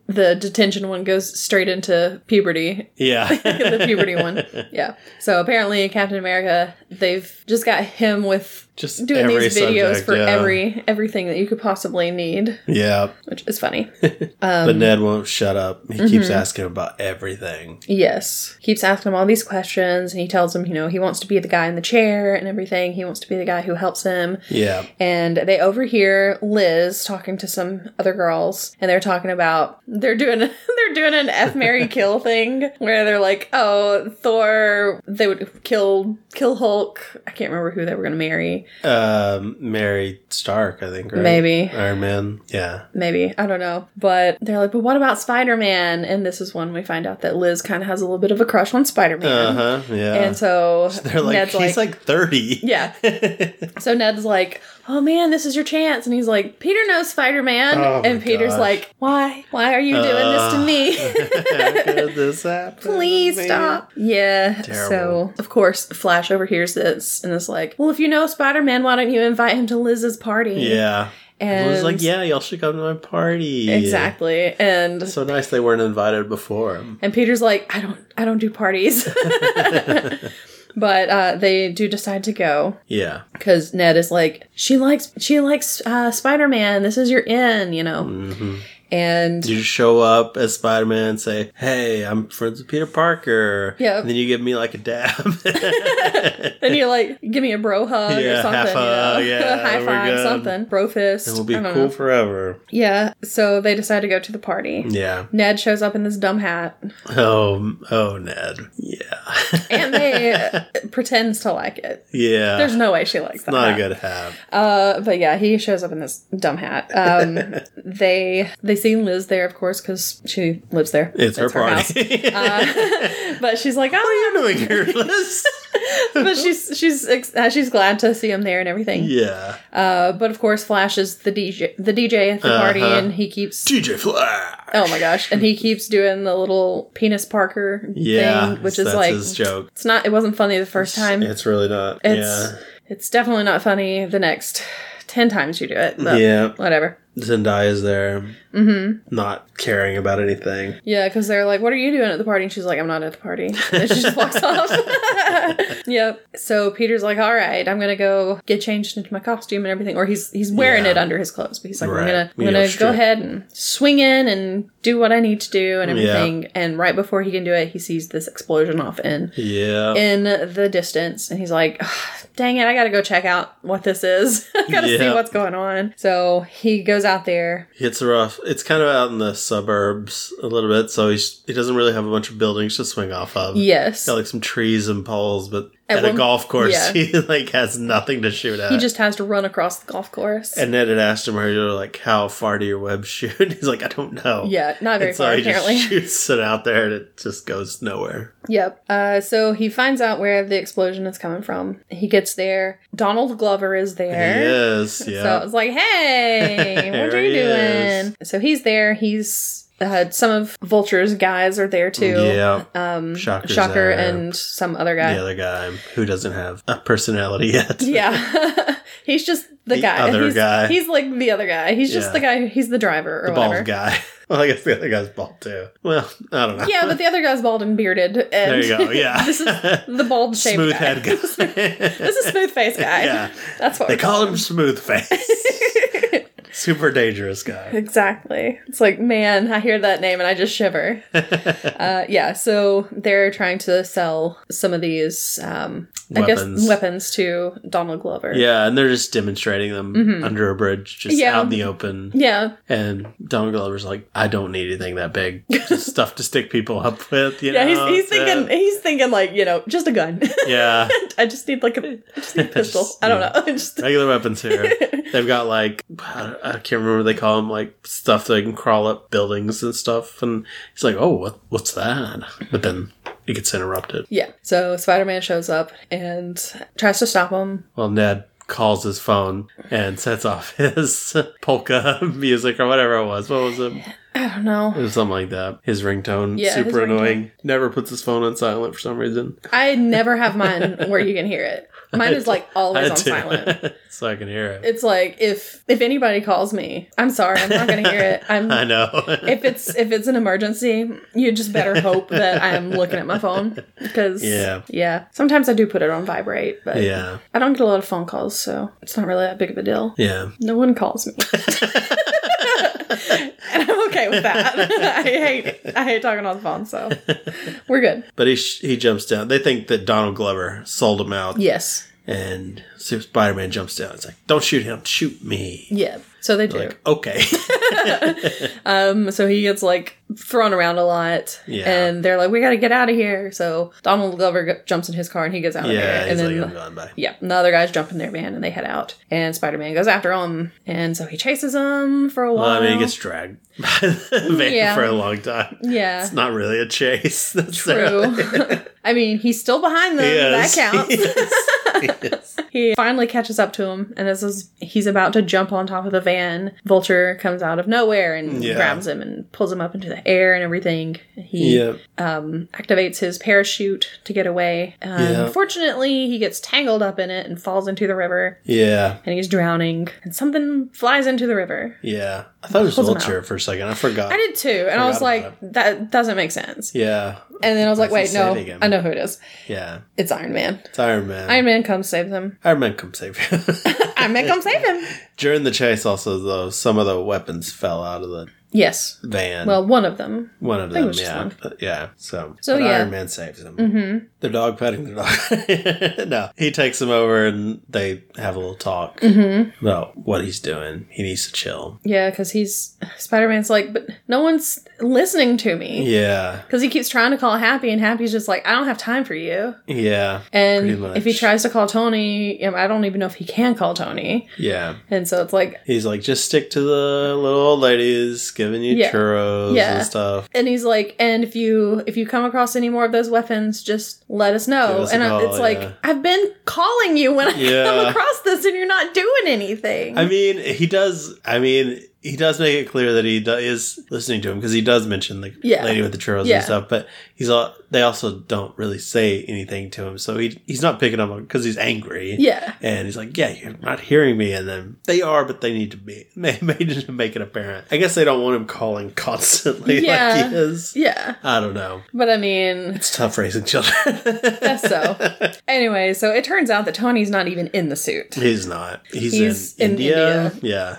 the detention one goes straight into puberty. Yeah, the puberty one. Yeah. So apparently Captain America, they've just got him with just doing every these videos subject, for yeah. every everything that you could possibly need, Yeah, which is funny. but um, Ned won't shut up. He mm-hmm. keeps asking about everything. Yes. Keeps asking him all these questions and he tells him, you know, he wants to be the guy in the chair and everything. He wants to be the guy who helps him. Yeah, And they overhear Liz talking to some other girls, and they're they're talking about they're doing they're doing an F Mary kill thing where they're like, oh, Thor, they would kill kill Hulk. I can't remember who they were going to marry. Um, Mary Stark, I think, right? Maybe. Iron Man. Yeah. Maybe I don't know, but they're like, but what about Spider Man? And this is when we find out that Liz kind of has a little bit of a crush on Spider Man. Uh huh. Yeah. And so They're like, Ned's he's like, 30. yeah. So Ned's like, "Oh man, this is your chance," and he's like, "Peter knows Spider Man," Oh, my and Peter's gosh. Uh. like, "Why? Why are you doing this How to me?" could this happen? Please man? stop. Yeah. Terrible. So, of course, Flash overhears this and is like, Well, if you know Spider Man, why don't you invite him to Liz's party? Yeah. And I was like, yeah, y'all should come to my party. Exactly. And So nice they weren't invited before. and Peter's like, I don't I don't do parties. but uh, they do decide to go. Yeah. because Ned is like, she likes she likes uh, Spider Man. This is your in, you know. hmm And You just show up as Spider Man and say, hey, I'm friends with Peter Parker. Yep. And then you give me like a dab. then you're like, give me a bro hug or Yeah, something, half you know? hug, yeah, high we're five, good. something, bro fist. And we'll be I cool don't know. forever. Yeah. So they decide to go to the party. Yeah. Ned shows up in this dumb hat, Oh, oh, Ned. Yeah. and they pretends to like it. yeah. There's no way she likes that. Not hat. a good hat. Uh, but yeah, he shows up in this dumb hat. Um, they they see Liz there, of course, because she lives there. It's, her party. Uh, house. But she's like, oh, what are you doing here, Liz? but she's she's ex- uh, she's glad to see him there and everything. yeah. Uh, but of course, Flash is the DJ the DJ at the party, Uh-huh. and he keeps DJ Flash. oh my gosh, and he keeps doing the little penis Parker yeah. thing, which that's is like his joke. it's not it wasn't funny the first time. It's It's really not. it's, definitely not funny the next ten times you do it. yeah. But Yeah. whatever. Zendaya's there, Mm-hmm. not caring about anything. Yeah, because they're like, "What are you doing at the party?" And she's like, "I'm not at the party." And she just walks off. yep. So Peter's like, "All right, I'm gonna go get changed into my costume and everything." Or he's he's wearing Yeah. it under his clothes, but he's like, "I'm Right. gonna I'm You know, gonna go strip. ahead and swing in and do what I need to do and Yeah. everything." And right before he can do it, he sees this explosion off in Yeah. in the distance, and he's like. "Ugh, Dang it, I gotta go check out what this is. I gotta see Yeah. what's going on. So he goes out there. It's rough. It's kind of out in the suburbs a little bit, so he's, he doesn't really have a bunch of buildings to swing off of. Yes. Got like some trees and poles, but At at, one- a golf course, yeah. he like has nothing to shoot at. He just has to run across the golf course. and Ned had asked him earlier, like, how far do your webs shoot? He's like, I don't know. Yeah, not very And so far he apparently. just shoots it out there, and it just goes nowhere. Yep. Uh, so he finds out where the explosion is coming from. He gets there. Donald Glover is there. Yes, So yeah. it's like, hey, what are There you he doing? So he's there. He's uh, some of Vulture's guys are there too. Yeah. Um, Shocker's Shocker there. and some other guy. The other guy who doesn't have a personality yet. Yeah. he's just the, The guy. other he's, guy. He's like the other guy. He's just Yeah. the guy. He's the driver or the whatever. bald guy. Well, I guess the other guy's bald too. Well, I don't know. Yeah, but the other guy's bald and bearded. And there you go. Yeah, this is the bald shaped smooth guy. head guy. This is smooth face guy. Yeah. That's what they we're call him smooth face. Super dangerous guy. exactly. It's like, man, I hear that name and I just shiver. uh, yeah, so they're trying to sell some of these, um, I guess, Weapons. weapons to Donald Glover. Yeah, and they're just demonstrating them Mhm. under a bridge, just Yeah. out in the open. Yeah, And Donald Glover's like, I don't need anything that big. Just stuff to stick people up with. You yeah. know? He's, he's that's thinking. it. He's thinking like you know, just a gun. Yeah, I just need like a, I just need a pistol. Just- I don't know. Just- regular weapons here. They've got like I don't- I can't remember what they call them like stuff that can crawl up buildings and stuff. And he's like, "Oh, what what's that?" But then it gets interrupted. yeah. So Spider Man shows up and tries to stop him. Well, Ned calls his phone and sets off his polka music or whatever it was. What was it? I don't know. It was something like that. His ringtone, Yeah, his super ringtone. annoying. Never puts his phone on silent for some reason. I never have mine where you can hear it. Mine is like always I on do. silent. so I can hear it. It's like if if anybody calls me, I'm sorry, I'm not gonna hear it. I I'm know. if it's if it's an emergency, you just better hope that I am looking at my phone because Yeah. yeah. Sometimes I do put it on vibrate, but yeah, I don't get a lot of phone calls, so it's not really that big of a deal. yeah. No one calls me. and I'm okay with that. I hate I hate talking on the phone, so we're good. But he sh- he jumps down. They think that Donald Glover sold him out. Yes. And Spider Man jumps down. It's like, don't shoot him, shoot me. Yeah. So they do. Like, okay. um, so he gets like thrown around a lot, Yeah. and they're like, "We got to get out of here." So Donald Glover g- jumps in his car and he gets out of yeah, there, and he's then like, I'm gone by. yeah, and the other guys jump in their van and they head out, and Spider Man goes after him, and so he chases him for a while. Well, I mean, he gets dragged by the van Yeah. for a long time. yeah, It's not really a chase. true. necessarily. I mean, he's still behind them. He That is. counts. He is. He is. He finally catches up to him, and as is- he's about to jump on top of the van, Vulture comes out of nowhere and Yeah. grabs him and pulls him up into the air and everything. He Yeah. um, activates his parachute to get away. Um, Yeah. Unfortunately, he gets tangled up in it and falls into the river, Yeah. and he's drowning. And something flies into the river. Yeah. I thought it was Pulls him out. Vulture for a second. I forgot. I did too, and I was Forgot like, about that doesn't make sense. yeah. And then I was like, Why does wait, he say no, it again? I know who it is. Yeah. It's Iron Man. It's Iron Man. Iron Man comes save them. Iron Man come save you. Iron Man comes save him. During the chase, also though, some of the weapons fell out of the Yes. van. Well, one of them. one of think it them, was just yeah, one. But, yeah. So, So, but yeah. Mm. Iron Man saves them. Mm-hmm. They're dog petting their dog. no, he takes them over and they have a little talk Mm. about what he's doing. He needs to chill. Mm-hmm. Yeah, because he's Spider Man's like, but no one's listening to me. Yeah, Because he keeps trying to call Happy, and Happy's just like, I don't have time for you. yeah, Pretty And much. if he tries to call Tony, um, I don't even know if he can call Tony. yeah. And so it's like, He's like, just stick to the little old ladies giving you Yeah. churros Yeah. and stuff. and he's like, and if you if you come across any more of those weapons, just let us know. Give us a and I, call, it's like, yeah. I've been calling you when I come Yeah. across this, and you're not doing anything. I mean, he does. I mean, he does make it clear that he do, is listening to him because he does mention the Yeah. lady with the churros Yeah. and stuff. But he's all. They also don't really say anything to him, so he he's not picking up on because he's angry. yeah, And he's like, "Yeah, you're not hearing me." And then they are, but they need to be may, may need to make it apparent. I guess they don't want him calling constantly Yeah. like he is. yeah. I don't know. But I mean, It's tough raising children. guess so. anyway, so it turns out that Tony's not even in the suit. He's not. He's, He's in in, India. Yeah.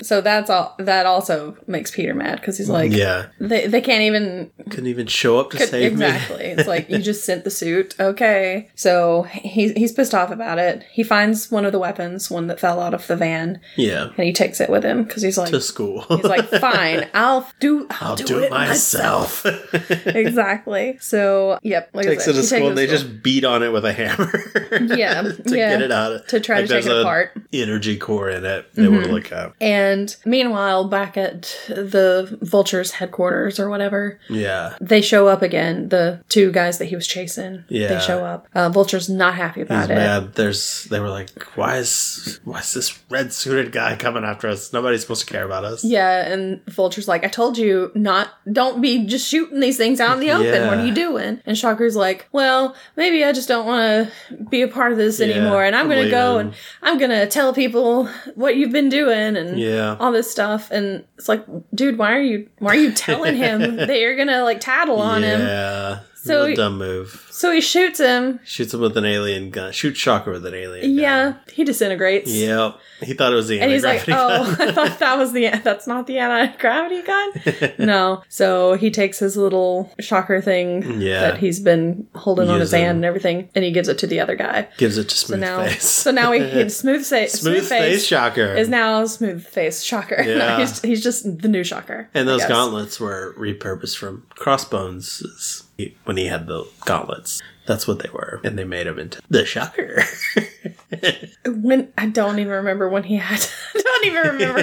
So that's all. That also makes Peter mad because he's like, yeah. they they can't even Couldn't even show up to save me. exactly. it's like you just sent the suit, okay? So he's he's pissed off about it. He finds one of the weapons, one that fell out of the van, Yeah. and he takes it with him because he's like. To school. He's like, fine, I'll do. I'll, I'll do it myself. exactly. So, yep. Like I Takes said, it to he school and they school. just beat on it with a hammer. Yeah, to yeah. get it out. To try to take there's it a apart. Mm-hmm. Energy core in it. They want to look up. And meanwhile, back at the vultures' headquarters or whatever, Yeah. they show up again. The two guys that he was chasing, Yeah. they show up. Uh, Vulture's not happy He's about it. mad. There's. They were like, "Why is why is this red suited guy coming after us? Nobody's supposed to care about us." Yeah, and Vulture's like, I told you not, don't be just shooting these things out in the open. What are Yeah. you doing? And Shocker's like, Well, maybe I just don't want to be a part of this Yeah, anymore, and I'm gonna I'm go leaving. and I'm gonna tell people what you've been doing and Yeah. all this stuff. And it's like, dude, why are you, why are you telling him that you're gonna like tattle on him? yeah. So- Real dumb move. So he shoots him. Shoots him with an alien gun. Shoots Shocker with an alien. Yeah, Gun. he disintegrates. Yep. He thought it was the And he's like, anti-gravity "Oh, gun. I thought that was the that's not the anti gravity gun." no, so he takes his little shocker thing Yeah. that he's been holding on his Using. hand and everything, and he gives it to the other guy. Gives it to So Smooth now, Face. so now he, he smooth, sa- smooth, Smooth, Face, face, Shocker. is now smooth face shocker. No, Yeah. he's, he's just the new shocker. And I those guess. gauntlets were repurposed from Crossbones when he had the gauntlets. That's what they were, and they made him into the Shocker. When I don't even remember when he had. I don't even remember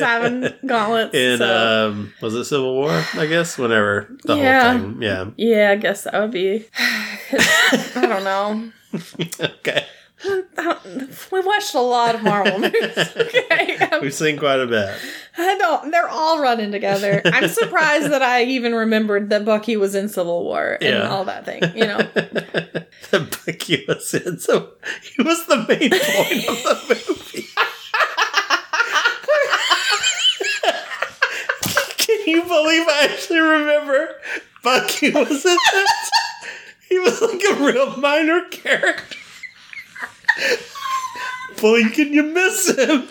having gauntlets. In so- um, was it Civil War? I guess whenever the Yeah. whole thing. Yeah. yeah, I guess that would be. I don't know. okay. We watched a lot of Marvel movies. Okay, I'm- We've seen quite a bit. I don't. They're all running together. I'm surprised that I even remembered that Bucky was in Civil War and Yeah. all that thing. You know, That Bucky was in, so he was the main point of the movie. Can you believe I actually remember Bucky was in that? He was like a real minor character. Blink and you miss him.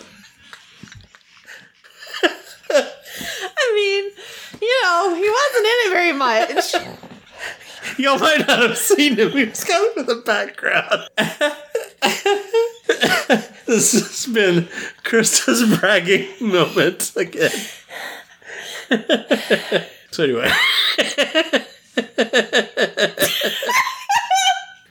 I mean, you know, he wasn't in it very much. Y'all might not have seen him. He was kind of in the background. This has been Krista's bragging moment again. so anyway,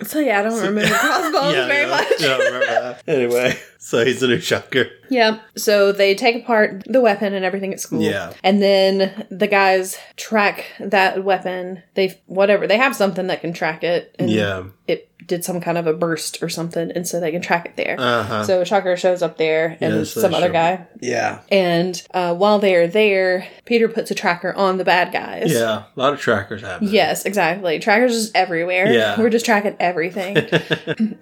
So yeah, I don't remember crossbones yeah, very no, much. no, remember that. Anyway, so he's a new shocker. Yeah. So they take apart the weapon and everything at school. Yeah. And then the guys track that weapon. They whatever they have something that can track it. And Yeah. It did some kind of a burst or something, and so they can track it there. Uh huh. so Shocker shows up there and Yeah, so some they other show- guy. yeah. And uh, while they are there, Peter puts a tracker on the bad guys. Yeah. A lot of trackers happen. Yes, exactly. Trackers is everywhere. Yeah. We're just tracking everything.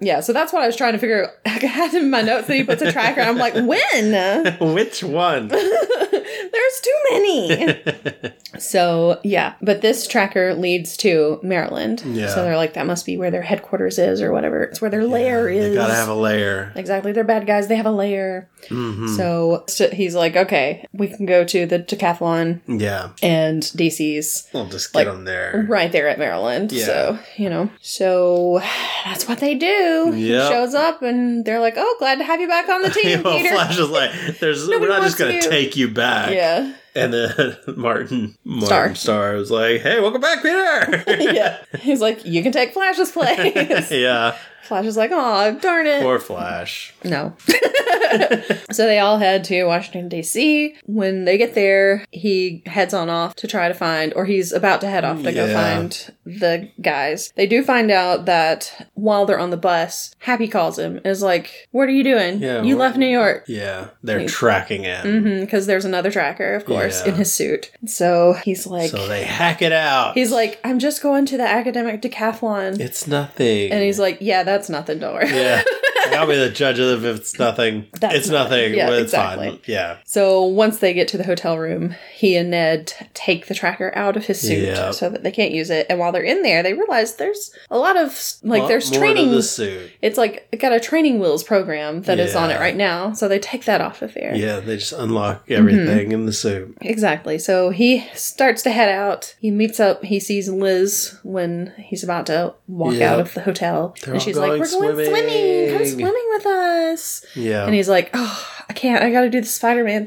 yeah, so that's what I was trying to figure out. I had in my notes that he puts a tracker. I'm like, when? Which one? There's too many. so yeah, but this tracker leads to Maryland. Yeah. So they're like, that must be where their headquarters is or whatever. It's where their lair is. They gotta have a layer. Exactly, they're bad guys. They have a lair. hmm So, so he's like, okay, we can go to the decathlon Yeah. and DC's I'll just get Like, them there. right there at Maryland. Yeah. So, you know. So that's what they do. He Yep. shows up and they're like, "Oh, glad to have you back on the team, well, Peter." Flash is like, "There's, we're not just gonna wants you. take you back." Yeah. And then Martin, Martin Starr. Star. was like, "Hey, welcome back, Peter." Yeah. He's like, "You can take Flash's place." yeah, Flash is like, "Oh, darn it." poor Flash. no. so they all head to Washington D.C. When they get there, he heads on off to try to find or he's about to head off to go Yeah. find the guys. They do find out that while they're on the bus, Happy calls him and is like, "What are you doing? Yeah, you what- left New York." Yeah, they're tracking Mm, him, because there's another tracker, of course, Yeah. in his suit. So he's like, so they hack it out. he's like, I'm just going to the academic decathlon, it's nothing. and he's like, yeah, that's nothing, don't worry. "Yeah." I'll be the judge of if it's nothing. That's it's nothing. Yeah, but it's fine. exactly. Yeah. So once they get to the hotel room, he and Ned t- take the tracker out of his suit Yeah. so that they can't use it. And while they're in there, they realize there's a lot of s- like Lot there's more to training. the suit. It's like it got a training wheels program that is on it Yeah. right now. So they take that off of there. Yeah, they just unlock Mm-hmm. everything in the suit. Exactly. So he starts to head out. He meets up. He sees Liz when he's about to walk Yeah. out of the hotel, They're and all she's like, going "We're going swimming. Come swimming." swimming with us." Yeah. And he's like, "Oh, I can't. I got to do the Spider-Man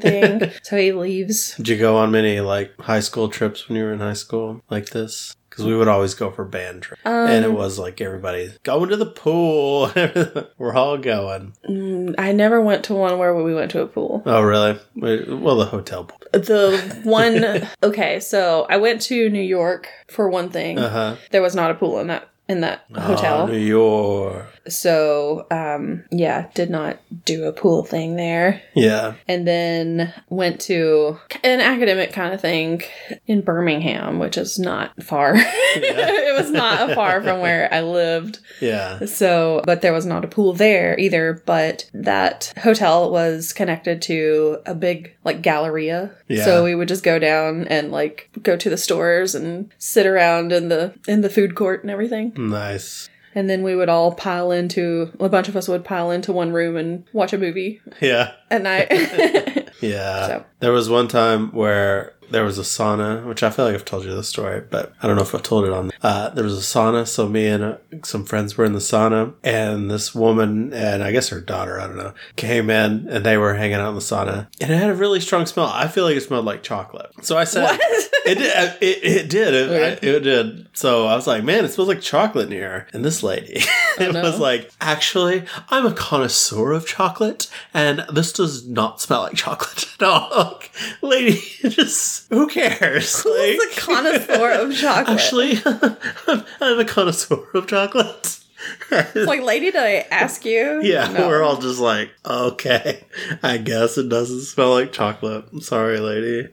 thing." so he leaves. Did you go on many like high school trips when you were in high school like this? Because we would always go for band trips, Um, and it was like everybody going to the pool. we're all going. Mm, I never went to one where we went to a pool. Oh, really? We- Well, the hotel pool. The one. okay, so I went to New York for one thing. Uh huh. There was not a pool in that in that Ah, hotel. Oh, New York. So um, yeah, did not do a pool thing there. Yeah. and then went to an academic kind of thing in Birmingham, which is not far. it was not far from where I lived. Yeah. So, but there was not a pool there either. But that hotel was connected to a big, like, galleria. Yeah. So we would just go down and, like, go to the stores and sit around in the, in the food court and everything. Nice. And then we would all pile into, a bunch of us would pile into one room and watch a movie Yeah. at night. Yeah. So. There was one time where there was a sauna, which I feel like I've told you the story, but I don't know if I've told it on. Uh, there was a sauna, so me and uh, some friends were in the sauna, and this woman and I guess her daughter, I don't know, came in and they were hanging out in the sauna, and it had a really strong smell. I feel like it smelled like chocolate. So I said, What? It did. I- It, it did. It, Okay. I- it did. So I was like, man, it smells like chocolate in here. And this lady it no. was like, actually, I'm a connoisseur of chocolate, and this does not smell like chocolate at all. lady, just who cares? Like, It's a connoisseur of chocolate. actually, I'm, I'm a connoisseur of chocolate. It's like, lady, did I ask you? Yeah, No. we're all just like, okay, I guess it doesn't smell like chocolate. I'm sorry, lady.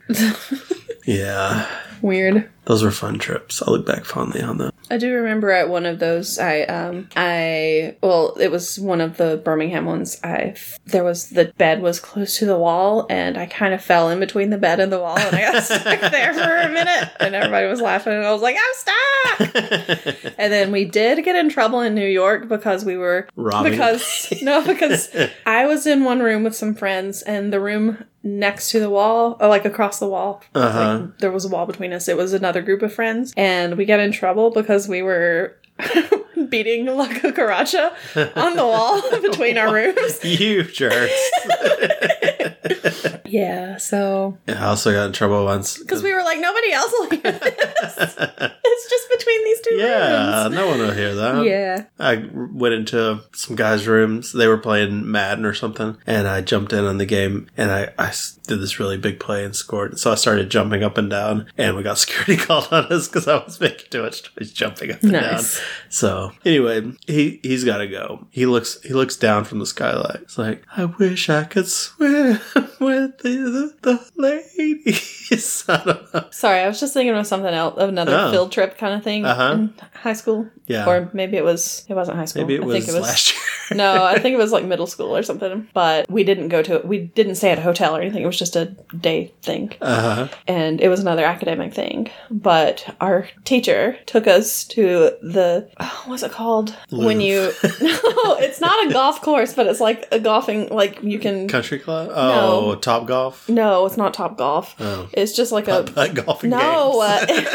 yeah. weird. Those were fun trips. I look back fondly on them. I do remember at one of those, I um, I well, it was one of the Birmingham ones. I there was the bed was close to the wall, and I kind of fell in between the bed and the wall, and I got stuck there for a minute, and everybody was laughing, and I was like, I'm stuck. And then we did get in trouble in New York because we were Robbing. because no because I was in one room with some friends and the room next to the wall or like across the wall Uh huh. there was a wall between us it was another group of friends and we got in trouble because we were beating La Cucaracha on the wall between our rooms. you jerks. Yeah, so I also got in trouble once. because we were like nobody else will hear this. it's just between these two yeah, Um, rooms. no one will hear that. Yeah. I went into some guys' rooms. They were playing Madden or something, and I jumped in on the game, and I, I s- did this really big play and scored. So I started jumping up and down, and we got security called on us because I was making too much noise jumping up and Nice. down. So anyway, he he's got to go. He looks he looks down from the skylight. It's like I wish I could swim with the the, the ladies. I don't know. Sorry, I was just thinking of something else, of another Oh. field trip kind of thing Uh-huh. in high school. Yeah. Or maybe it was it wasn't high school. Maybe it I was, think it was last year. no, I think it was like middle school or something. But we didn't go to it. We didn't stay at a hotel or anything. It was just a day thing. Uh huh. and it was another academic thing. But our teacher took us to the oh, what's it called Louvre. when you no, it's not a golf course, but it's like a golfing like you can Country club. Oh, No. Top Golf. no, it's not top golf. Oh. It's just like a putt golfing No, games.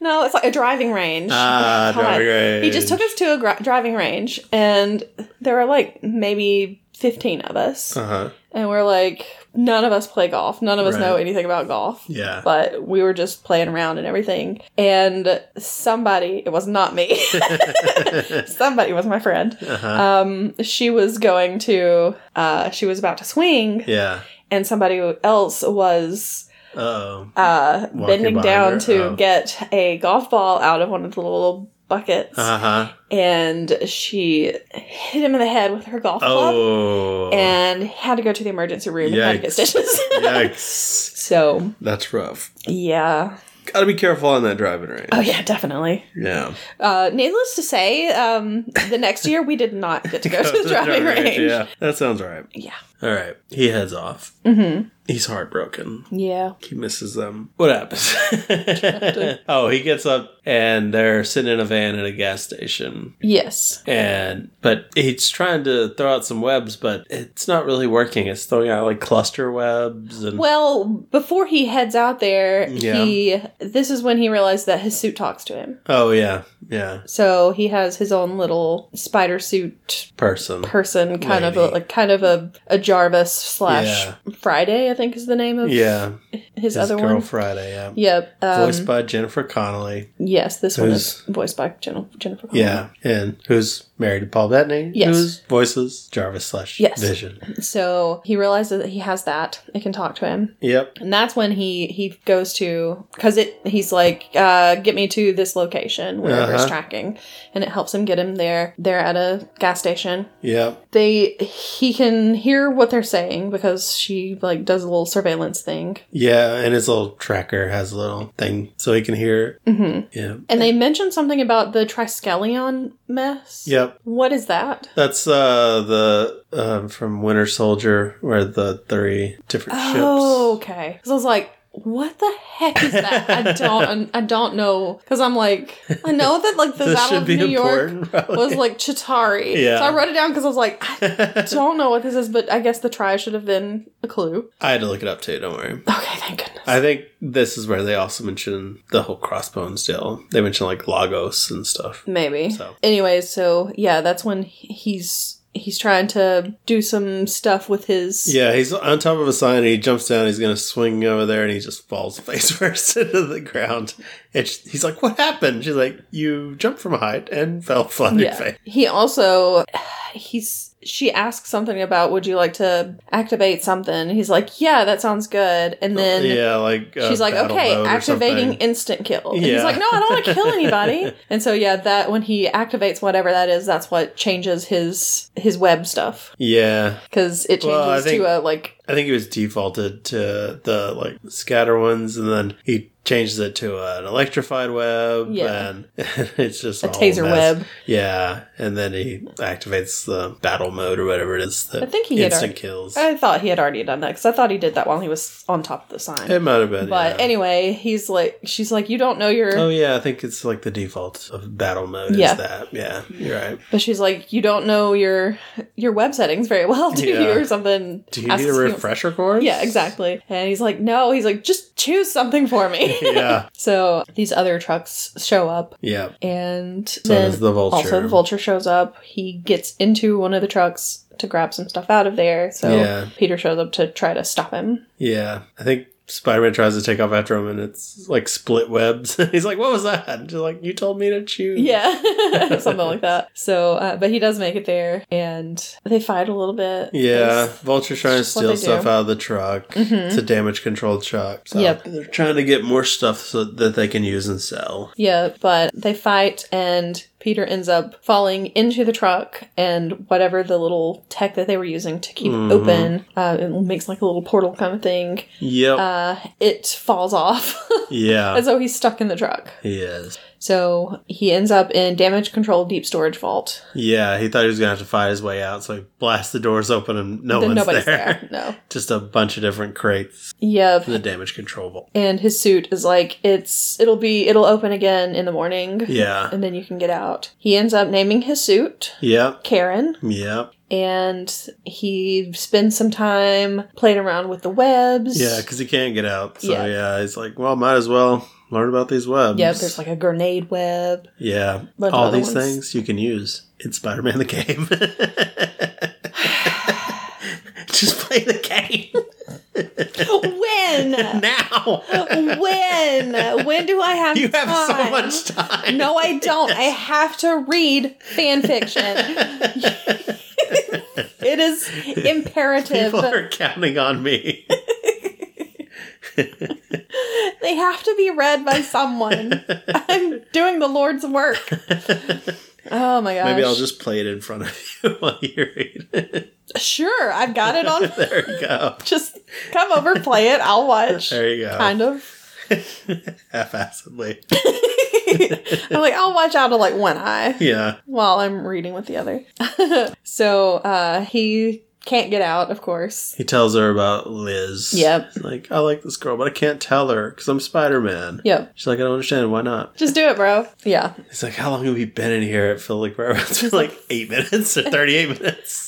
no, it's like a driving range. ah, God. driving range. He just took us to a gra- driving range, and there were like maybe fifteen of us, Uh huh. and we're like, none of us play golf, none of us Right. know anything about golf. Yeah. but we were just playing around and everything. And somebody, it was not me, somebody was my friend. uh-huh. Um, she was going to, uh, she was about to swing, Yeah. and somebody else was Oh. uh, Walking bending behind down her? to Oh. get a golf ball out of one of the little buckets, Uh huh. and she hit him in the head with her golf club. Oh. And had to go to the emergency room and had to get Yikes. stitches. Yikes. so, That's rough. yeah. Got to be careful on that driving range. Oh, yeah, definitely. Yeah. Uh, needless to say, um, the next year we did not get to go to the driving range. Yeah. That sounds right. Yeah. All right. He heads off. Mm-hmm. He's heartbroken. Yeah. He misses them. What happens? oh, he gets up and they're sitting in a van at a gas station. Yes. and but he's trying to throw out some webs but it's not really working it's throwing out like cluster webs and Well, before he heads out there, Yeah. he this is when he realized that his suit talks to him. oh yeah yeah So he has his own little spider suit person person, kind of Lady. a, like kind of a, a Jarvis slash Friday, I think is the name of yeah his, his other girl one. friday yeah Yep. Um, voiced by jennifer connolly yes, this one is who's- voiced by Jen- Jennifer. Connelly. yeah and who's married to paul bettany Yes. who's voices jarvis slash Yes. vision So he realizes that he has that. It can talk to him. yep And that's when he he goes to because it he's like uh, get me to this location wherever it's Uh-huh. tracking, and it helps him get him there. They're at a gas station. yep They he can hear what they're saying because she like does a little surveillance thing, yeah and his little tracker has a little thing so he can hear it. Mhm. yeah and they mentioned something about the Triskelion mess. yep what is that? that's uh the um from winter soldier where the three different ships Oh, okay. Because I was like. What the heck is that? I don't, I don't know. Because I'm like, I know that like the Battle of New York probably. was like Chitari. Yeah. So I wrote it down because I was like, I don't know what this is, but I guess the try should have been a clue. I had to look it up too. Don't worry. Okay, thank goodness. I think this is where they also mention the whole Crossbones deal. They mention like Lagos and stuff. Maybe. So. Anyways, so yeah, that's when he- he's he's trying to do some stuff with his. Yeah, he's on top of a sign and he jumps down. He's gonna swing over there and he just falls face first into the ground. And sh- he's like, "What happened?" She's like, "You jumped from a height and fell flat on your Yeah. face." He also he's she asks something about would you like to activate something? He's like, yeah, that sounds good. And then Oh, yeah, like uh, She's like, battle okay, mode or activating something. instant kill. And he's Yeah. like, no, I don't want to kill anybody. and so yeah, that when he activates whatever that is, that's what changes his his web stuff Yeah, because it changes Well, I think- to a like I think he was defaulted to the like scatter ones, and then he changes it to an electrified web. Yeah. and it's just a all taser mess. web. Yeah, and then he activates the battle mode or whatever it is. That I think he Uh, had instant already- kills. I thought he had already done that because I thought he did that while he was on top of the sign. it might have been, but yeah. anyway, he's like, she's like, you don't know your. Oh yeah, I think it's like the default of battle mode Yeah. is that. Yeah, you're right. But she's like, you don't know your your web settings very well, do Yeah. you, or something? Do you Asks need a if like pressure cords? Yeah, exactly. And he's like, no, he's like, just choose something for me. yeah. so these other trucks show up. Yeah. And So then does the vulture. also the vulture shows up. He gets into one of the trucks to grab some stuff out of there. So Yeah. Peter shows up to try to stop him. Yeah. I think Spider Man tries to take off after him and it's like split webs. he's like, What was that? And she's like, You told me to choose. Yeah, something like that. So, uh, but he does make it there, and they fight a little bit. Yeah, Vulture's trying to just what steal they stuff do. Mm-hmm. out of the truck. It's a damage controlled truck. So Yep. they're trying to get more stuff so that they can use and sell. Yeah, but they fight, and Peter ends up falling into the truck, and whatever the little tech that they were using to keep Mhm. it open, uh, it makes like a little portal kind of thing. Yep. Uh, it falls off, yeah. and so he's stuck in the truck. He is. So he ends up in damage control deep storage vault. Yeah, he thought he was gonna have to fight his way out, so he blasts the doors open and no Then one's nobody's there. there. No. Just a bunch of different crates Yep. in the damage control vault. And his suit is like it's it'll be it'll open again in the morning, Yeah. and then you can get out. He ends up naming his suit Yep. Karen. Yep. and he spent some time playing around with the webs. Yeah, because he can't get out. So Yeah. yeah. he's like, well, might as well learn about these webs. Yep, there's like a grenade web. yeah, bunch of all other these ones. things you can use in Spider-Man the game. Just play the game When? now. Oh, when? When do I have You have so time? much time. No, I don't. I have to read fan fiction. it is imperative. People are counting on me. They have to be read by someone. I'm doing the Lord's work. Oh my gosh. Maybe I'll just play it in front of you while you read it. Sure, I've got it on. There you go. just come over, play it. I'll watch. There you go. Kind of. Half-assedly. I'm like, I'll watch out of like one eye Yeah. while I'm reading with the other. so uh, he can't get out, of course. He tells her about Liz. Yep. He's like, I like this girl, but I can't tell her because I'm Spider Man. Yep. She's like, I don't understand. Why not? Just do it, bro. Yeah. He's like, How long have we been in here? It felt like we're around for like eight minutes or 38 minutes.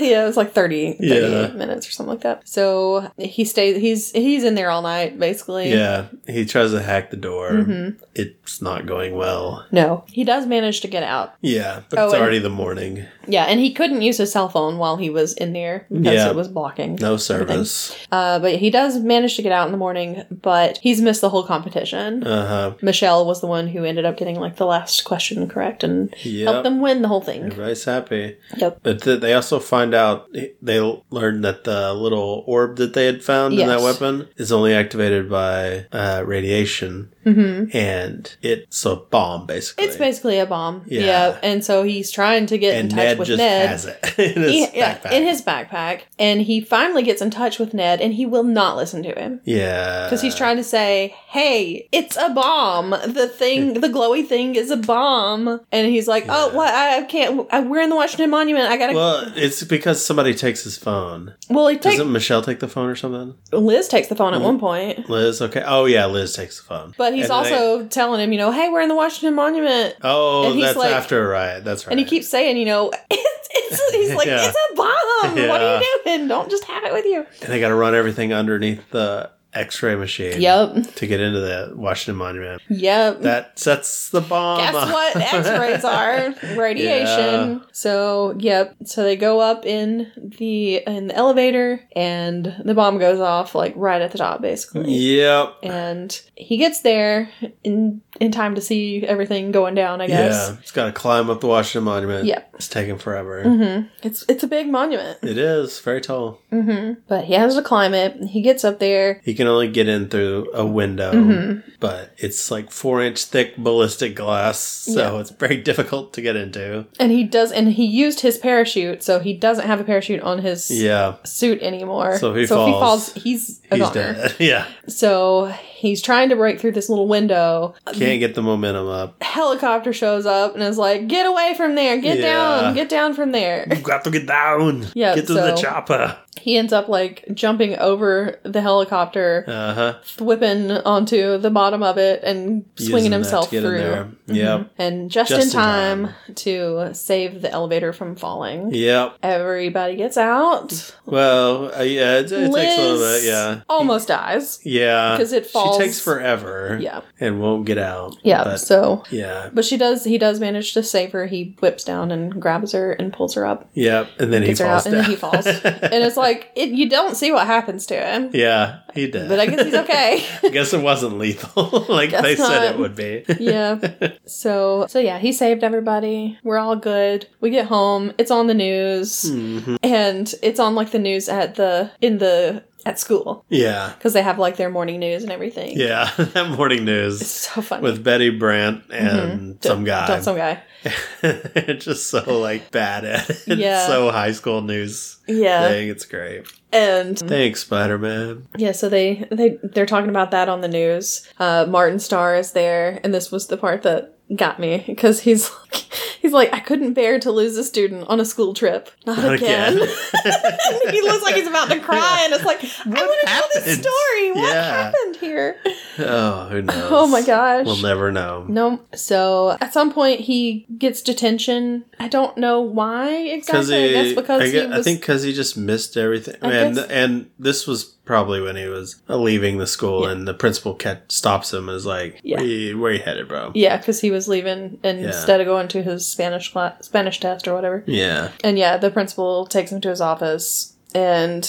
Yeah, it's like 30, 38 Yeah. minutes or something like that. So he stays, he's he's in there all night, basically. Yeah. He tries to hack the door. Mhm. It's not going well. No, he does manage to get out. Yeah. But Oh, it's and- already the morning. Yeah, and he couldn't use his cell phone while he was in there because Yeah. it was blocking. No service. Uh, but he does manage to get out in the morning, but he's missed the whole competition. Uh huh. Michelle was the one who ended up getting like the last question correct and helped Yep. them win the whole thing. Everybody's happy. Yep. But th- they also find out eh, they learned that the little orb that they had found in that Yes. weapon is only activated by uh, radiation. hmm and it's a bomb basically. It's basically a bomb. Yeah. Yeah. And so he's trying to get and in touch Ned with just Ned. has it in his He- yeah, backpack. in his backpack. And he finally gets in touch with Ned and he will not listen to him. yeah, Because he's trying to say, hey, it's a bomb. The thing, the glowy thing is a bomb. And he's like, oh, Yeah. what? I I can't. I, we're in the Washington Monument. I gotta. Well, Well, it's because somebody takes his phone. he takes. Doesn't Michelle take the phone or something? Liz takes the phone at one point. Liz, okay. Oh yeah, Liz takes the phone. But he's Mm-hmm. And then they- also telling him, you know, hey, we're in the Washington Monument. oh, and he's that's like- after a riot. That's right. And he keeps saying, you know, it's, it's he's like, Yeah. it's a bomb. What Yeah. are you doing? Don't just have it with you. And they got to run everything underneath the X-ray machine. Yep. To get into the Washington Monument. Yep. That sets the bomb. Guess off. what x-rays are? Yeah. Radiation. So, yep. So they go up in the in the elevator and the bomb goes off like right at the top basically. Yep. And he gets there in in time to see everything going down, I guess. Yeah. It's got to climb up the Washington Monument. Yep. It's taking forever. Mhm. It's it's a big monument. It is very tall. Mhm. But he has to climb it. He gets up there. He can only get in through a window, Mhm. but it's like four inch thick ballistic glass, so it's very difficult to get into. And he does, and he used his parachute, so he doesn't have a parachute on his Yeah, suit anymore. So if he falls, he's a he's goner. dead. Yeah, So he's trying to break through this little window. can't get the momentum up. Helicopter shows up and is like, "Get away from there! Get Yeah. down! Get down from there!" You got to get down. Yeah, get to so- the chopper. he ends up like jumping over the helicopter, Uh huh. whipping onto the bottom of it and swinging himself through. Mm-hmm. Yep. And just, Just in in time, time. to save the elevator from falling. Yep. Everybody gets out. Well, uh, yeah, it, it takes a little Liz bit. Yeah. Almost dies. Yeah. 'Cause it falls- She takes forever. Yeah. And won't get out. Yeah. But, so yeah. but she does he does manage to save her. He whips down and grabs her and pulls her up. Yep. And then he Gets her falls out and down. then he falls. and it's like it, you don't see what happens to him. yeah. He did. But I guess he's okay. guess it wasn't lethal, like Guess they said not. it would be. yeah. So so yeah, he saved everybody. We're all good. We get home. It's on the news. Mhm. and it's on like the news at the in the at school Yeah. because they have like their morning news and everything. Yeah. that morning news. it's Mm-hmm. so funny with Betty Brandt and D- some guy. d- some guy. They're just so like bad at it. It's Yeah. so high school news Yeah, Mm-hmm. thing. It's great. and Thanks, Spider Man. yeah, so they they they're talking about that on the news. Uh, Martin Starr is there, and this was the part that got me because he's like, he's like I couldn't bear to lose a student on a school trip, not, again. he looks like he's about to cry, and it's like I want to know this happened? story. What Yeah. happened here? oh, who knows? Oh my gosh! We'll never know. No. So at some point he gets detention. I don't know why exactly. he, I guess because I, he gue- I was. think because he just missed everything, I and guess- and this was probably when he was uh, leaving the school, and the principal ca- stops him and is like, Yeah. "Where you, where you headed, bro?" yeah, because he was leaving and Yeah. instead of going to his Spanish class, Spanish test or whatever. Yeah, And yeah, the principal takes him to his office and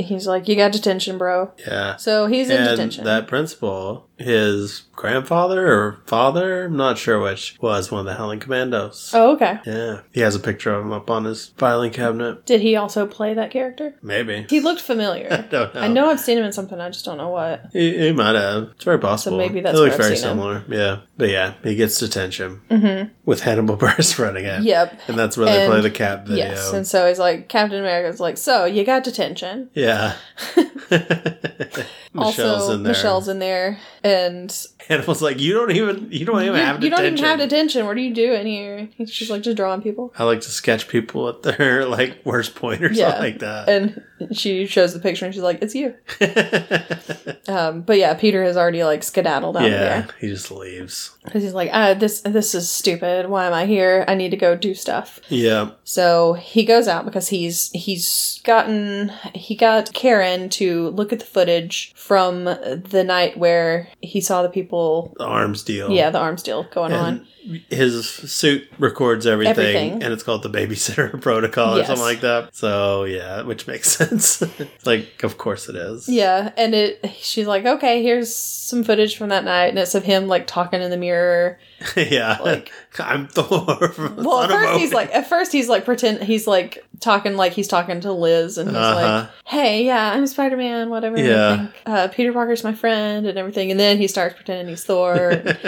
he's like, "You got detention, bro." yeah. So he's in and detention. that principal, his grandfather or father, I'm not sure which, was one of the Howling Commandos. oh, okay. Yeah, he has a picture of him up on his filing cabinet. Did he also play that character? Maybe He looked I familiar. don't know. I know I've seen him in something. I just don't know what. He, he might have. It's very possible. maybe that's They where look I've very seen him. similar. Yeah, but yeah, he gets detention with Hannibal Buress running at. him. Yep. and that's where they And- play the cat video. Yes. And so he's like, Captain America's like, "So you got detention." yeah. Michelle's also, in there. Michelle's in there, and Hannibal like, you don't even, you don't you, even have detention. you don't even have detention. What are you doing here? He's just like just drawing people, I like to sketch people at their like worst point or Yeah. something like that. and she shows the picture, and she's like, "It's you." Um, but yeah, Peter has already like skedaddled out of yeah, there he just leaves. because he's like, uh, "This this is stupid. Why am I here? I need to go do stuff." Yeah, So he goes out because he's he's gotten he got Karen to look at the footage from the night where he saw the people. the arms deal. Yeah, the arms deal going on. Oh. And his suit records everything, Everything. and it's called the babysitter protocol Yes. or something like that. So yeah, which makes sense. It's like, of course it is. Yeah, and it she's like, "Okay, here's some footage from that night." And it's of him like talking in the mirror. yeah. Like- I'm Thor. From Well, Son of at first he's Odin. like at first he's like pretend he's like talking like he's talking to Liz and he's Uh-huh. like, "Hey, yeah, I'm Spider-Man, whatever." and Yeah. everything. Uh, Peter Parker's my friend and everything. And then he starts pretending he's Thor. and,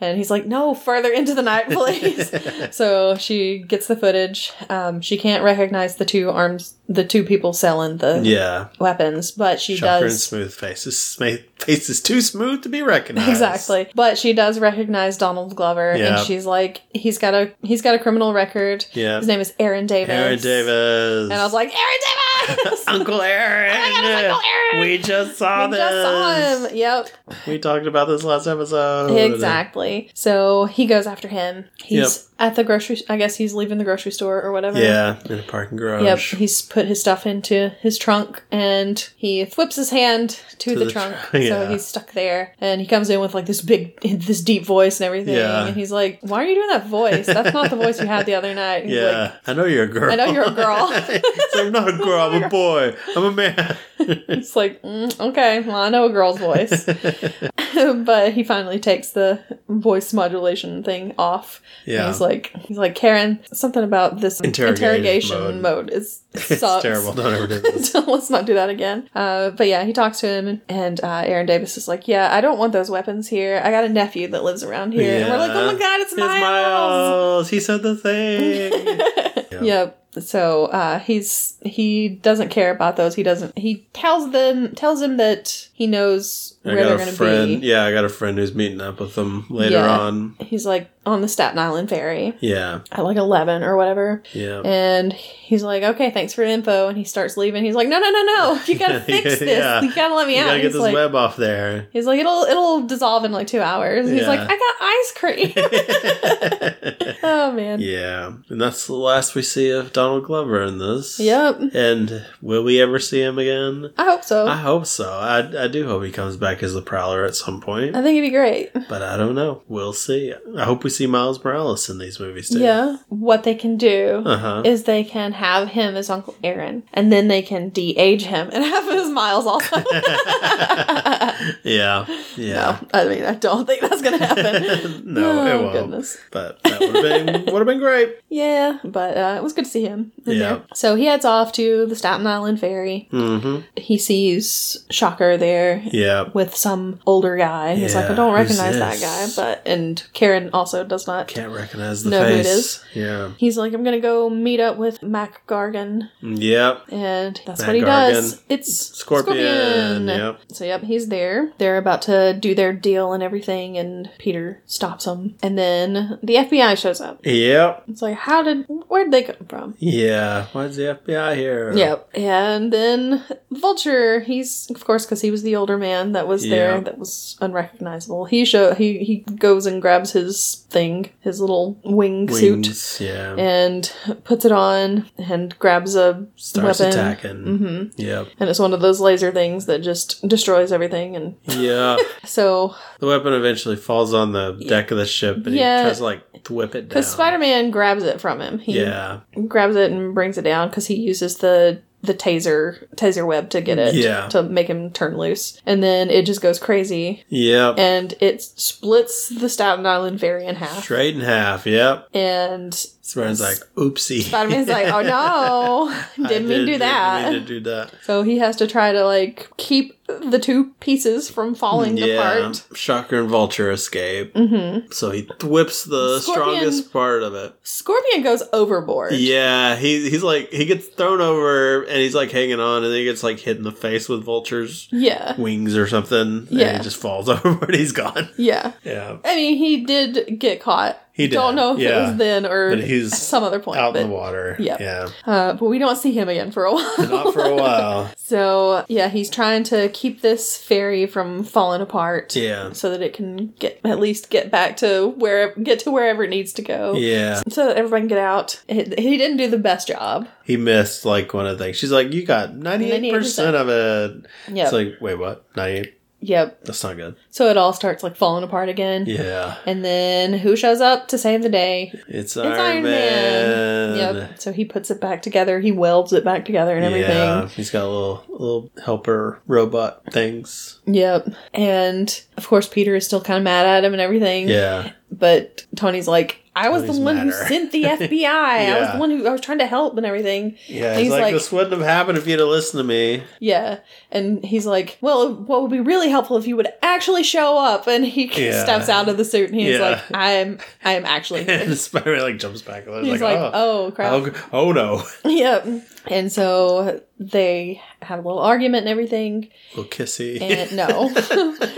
and he's like, "No, further into the night, please." so she gets the footage. Um, she can't recognize the two arms the two people selling the yeah, weapons, but she Shocker and does smooth faces. Sma- Face is too smooth to be recognized. Exactly. But she does recognize Donald Glover Yeah. and she's like he's got a he's got a criminal record. Yeah. His name is Aaron Davis. Aaron Davis. And I was like, Aaron Davis Uncle Aaron. my God, it's Uncle Aaron! We just saw We this. Oh, just saw him. Yep. We talked about this last episode. Exactly. So he goes after him. He's at the grocery I guess he's leaving the grocery store or whatever. Yeah, Oh, in a parking Yep, garage. he's put his stuff into his trunk and he flips his hand to, the, the trunk. tr- So yeah. he's stuck there. And he comes in with like this big, this deep voice and everything. Yeah. And he's like, Why are you doing that voice? That's not the voice you had the other night. And he's Yeah, like, I know you're a girl. I know you're a girl. It's like, I'm not a girl. I'm a boy. I'm a man. It's like, mm, okay, well, I know a girl's voice. but he finally takes the voice modulation thing off. And Yeah. he's like, he's like, Karen, something about this Interrogation interrogation mode, mode. is it it's sucks. terrible. Don't ever do this. so let's not do that again. Uh, but yeah, he talks to him, and uh, Aaron Davis is like, "Yeah, I don't want those weapons here. I got a nephew that lives around here." And we're like, "Oh my god, it's, Miles. Miles!" He said the thing. Yep. So uh, he's he doesn't care about those. He doesn't. He tells them tells him that he knows I where they're got a going to friend. be. Yeah, I got a friend who's meeting up with them later Yeah. on. He's like on the Staten Island ferry Yeah, at like eleven or whatever, yeah. and he's like, "Okay, thanks for the info." And he starts leaving. He's like, "No, no, no, no! You gotta fix this. Yeah. You gotta let me you out." gotta get He's this like, web off there. he's like, "It'll it'll dissolve in like two hours." He's Yeah. like, "I got ice cream." oh man. yeah, and that's the last we see of Donald Glover in this. Yep. And will we ever see him again? I hope so. I hope so. I, I do hope he comes back as the Prowler at some point, I think it'd be great. but I don't know. We'll see. I hope we see Miles Morales in these movies too. Yeah. What they can do Uh huh. is they can have him as Uncle Aaron, and then they can de-age him and have him as Miles also. yeah. Yeah. No, I mean, I don't think that's gonna happen. No, it Oh, won't. Goodness. But that would have been would have been great. Yeah, but uh, it was good to see him. In Yeah. There. So he heads off to the Staten Island ferry. Mm-hmm. He sees Shocker there. Yeah. With some older guy. He's like, I Yeah, don't who's recognize that guy. this? But, and Karen also does not. Can't recognize the Know who it face. is. Yeah. He's like, I'm gonna go meet up with Mac Gargan. Yep. And that's Matt what he Gargan. does. It's Scorpion. Scorpion. Yep. So yep, he's there. They're about to do their deal and everything, and Peter stops him. And then the FBI shows up. Yep. It's like, how did where'd they come from? Yeah. Why is the FBI here? Yep. And then Vulture, he's of course because he was the older man that was Yeah. there that was unrecognizable. He show he he goes and grabs his thing, his little wing suit, Wings. Yeah. and puts it on and grabs a Starts weapon. attacking. hmm Yep. And it's one of those laser things that just destroys everything. And Yeah. so, the weapon eventually falls on the deck of the ship and Yeah. he tries to like whip it down. because Spider Man grabs it from him, he Yeah. grabs it and brings it down because he uses the the taser taser web to get it Yeah. to make him turn loose. And then it just goes crazy Yep. and it splits the Staten Island ferry in half. Straight in half. Yep. And Spider-Man's like, oopsie. Spider Man's like, "Oh no, I didn't mean to did- do that." Didn't mean to do that. so he has to try to like keep the two pieces from falling apart. Shocker and Vulture escape. hmm So he whips the Scorpion- strongest part of it. Scorpion goes overboard. Yeah, he he's like he gets thrown over and he's like hanging on and then he gets like hit in the face with vultures Yeah. wings or something. And Yeah. he just falls overboard. He's gone. Yeah. Yeah. I mean, he did get caught. He did, Don't know if yeah. it was then or But he's at some other point. Out but, in the water. Yep. Yeah. Uh, but we don't see him again for a while. Not for a while. so yeah, he's trying to keep this ferry from falling apart. Yeah. So that it can get at least get back to where get to wherever it needs to go. Yeah. So that everyone can get out. He he didn't do the best job. He missed like one of the things. She's like, You got ninety eight percent of it. Yep. It's like, wait, what? Ninety eight? yep. That's not good. So it all starts like falling apart again. Yeah. And then who shows up to save the day? It's, Iron, Iron Man. Yep. So he puts it back together. He welds it back together and everything. Yeah, he's got little little helper robot things. Yep. And of course, Peter is still kind of mad at him and everything. Yeah, But Tony's like, I was Tony's the one madder. who sent the FBI. I was Yeah. the one who I was trying to help and everything. yeah. And He's, he's like, like- this wouldn't have happened if you'd have listened to me. Yeah. And he's like, Well, what would be really helpful if you would actually show up? And he Yeah. steps out of the suit and he's Yeah. like, I'm I'm actually here. And Spider Man like jumps back. And He's he's like, oh, oh, crap. I'll go- oh no, Yep. And so they have a little argument and everything. little kissy. And no.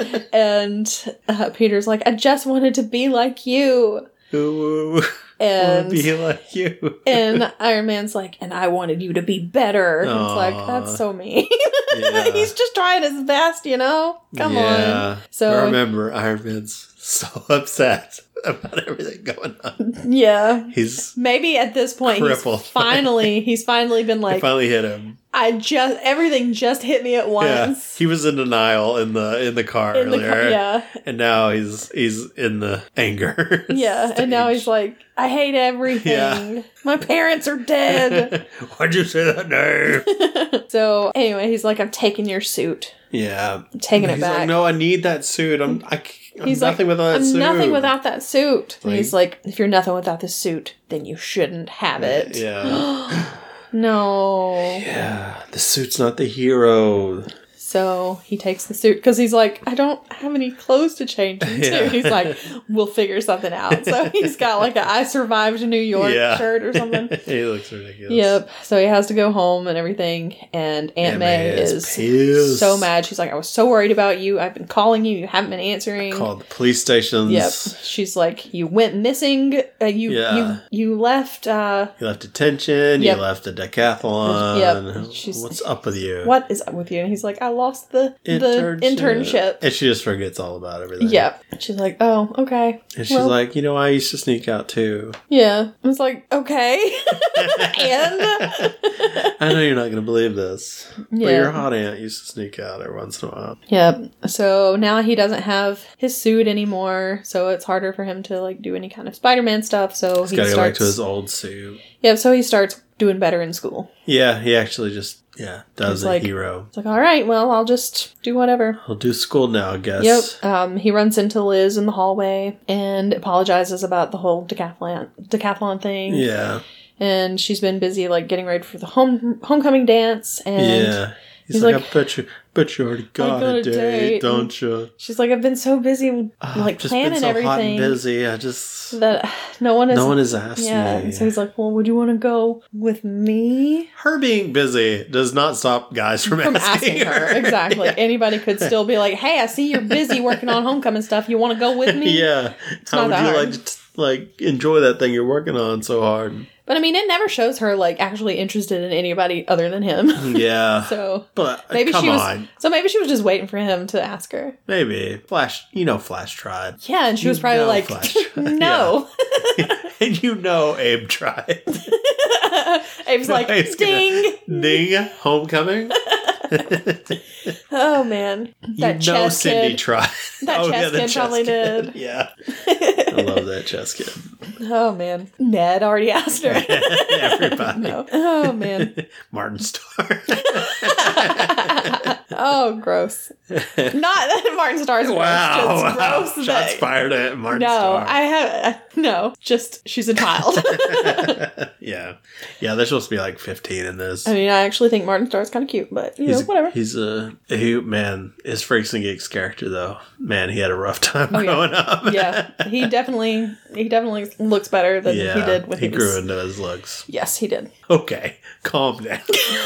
and uh, Peter's like, I just wanted to be like you. Ooh, And wanna be like you. and Iron Man's like, and I wanted you to be better. And It's like, Aw. that's so mean. Yeah. He's just trying his best, you know? Come on. yeah. I So, remember Iron Man's so upset about everything going on. yeah. He's Maybe at this point, he's Crippled. finally, he's finally been it like, finally hit him. I just, everything just hit me at Yeah, once. he was in denial in the in the car in the earlier. car, yeah, and now he's he's in the anger. yeah, and now he's like, I hate everything. Yeah. My parents are dead. "Why'd you say that name?" so anyway, he's like, I'm taking your suit, yeah, I'm taking it he's back. Like, no, I need that suit. I'm I, am He's like, nothing without that I'm suit. nothing without that suit. And Like- he's like, if you're nothing without the suit, then you shouldn't have it. Yeah, No. yeah. The suit's not the hero. So he takes the suit because he's like, I don't have any clothes to change into. Yeah. He's like, we'll figure something out. So he's got like a I survived New York shirt or something. he looks ridiculous. Yep. So he has to go home and everything. And Aunt, Aunt May, May is is pissed. so mad. She's like, I was so worried about you. I've been calling you. You haven't been answering. Called the police stations. Yep. She's like, you went missing. Uh, you Yeah. you you left. Uh, You left detention. Yep. You left a decathlon. Yep. She's- What's up with you? what is up with you? And he's like, I lost the the internship. And she just forgets all about everything. Yep. She's like, oh, okay. And she's Well- like, you know, I used to sneak out too. Yeah. I was like, okay. and I know you're not going to believe this, but your yeah. hot aunt used to sneak out every once in a while. Yep. So now he doesn't have his suit anymore, so it's harder for him to like do any kind of Spider-Man stuff. So He's he got to starts. go back to his old suit. yep. So he starts doing better in school. Yeah, he actually just yeah does He's a like- hero. It's like, all right, well, I'll just do whatever. He'll do school now, I guess. Yep. Um, he runs into Liz in the hallway and apologizes about the whole decathlon decathlon thing. Yeah, And she's been busy like getting ready for the home homecoming dance and. yeah. He's, he's like, like, I bet you, bet you already got, got a, a date, date. don't you? She's like, I've been so busy, Ah, like I've just planning been so everything hot and busy. I just that no one is. no one has asked yeah. me. And so he's like, Well, would you want to go with me? her being busy does not stop guys from, From asking, asking her, exactly. Yeah. Anybody could still be like, "Hey, I see you're busy working on homecoming stuff. You want to go with me?" yeah. How would you not that hard. like to t- like enjoy that thing you're working on so hard? But I mean, it never shows her like actually interested in anybody other than him. Yeah. so but uh, maybe come she was. on. So maybe she was just waiting for him to ask her. Maybe. Flash you know Flash tried. Yeah, and she was You probably know like, Flash. "No." and you know Abe tried. Abe's like, Nobody's gonna- "Ding!" Ding homecoming. Oh man, that you know chess Cindy kid. tried. Oh, That chess the kid probably did. Yeah. I love that chess kid. Oh man, Ned already asked her. Everybody. No. Oh man. Martin Starr. Oh, gross. Not that Martin Starr's gross. wow. Just wow. gross Shots that- fired at Martin No, Starr. I have no. Just she's a child. yeah. Yeah, they're supposed to be like 15 in this. I mean, I actually think Martin Starr's kind of cute, but you know, He's whatever. He's a he man. His Freaks and Geeks character though, man, he had a rough time Oh, yeah. growing up. yeah, he definitely he definitely looks better than yeah. he did when he, grew was. into his looks. Yes, he did. Okay, calm down.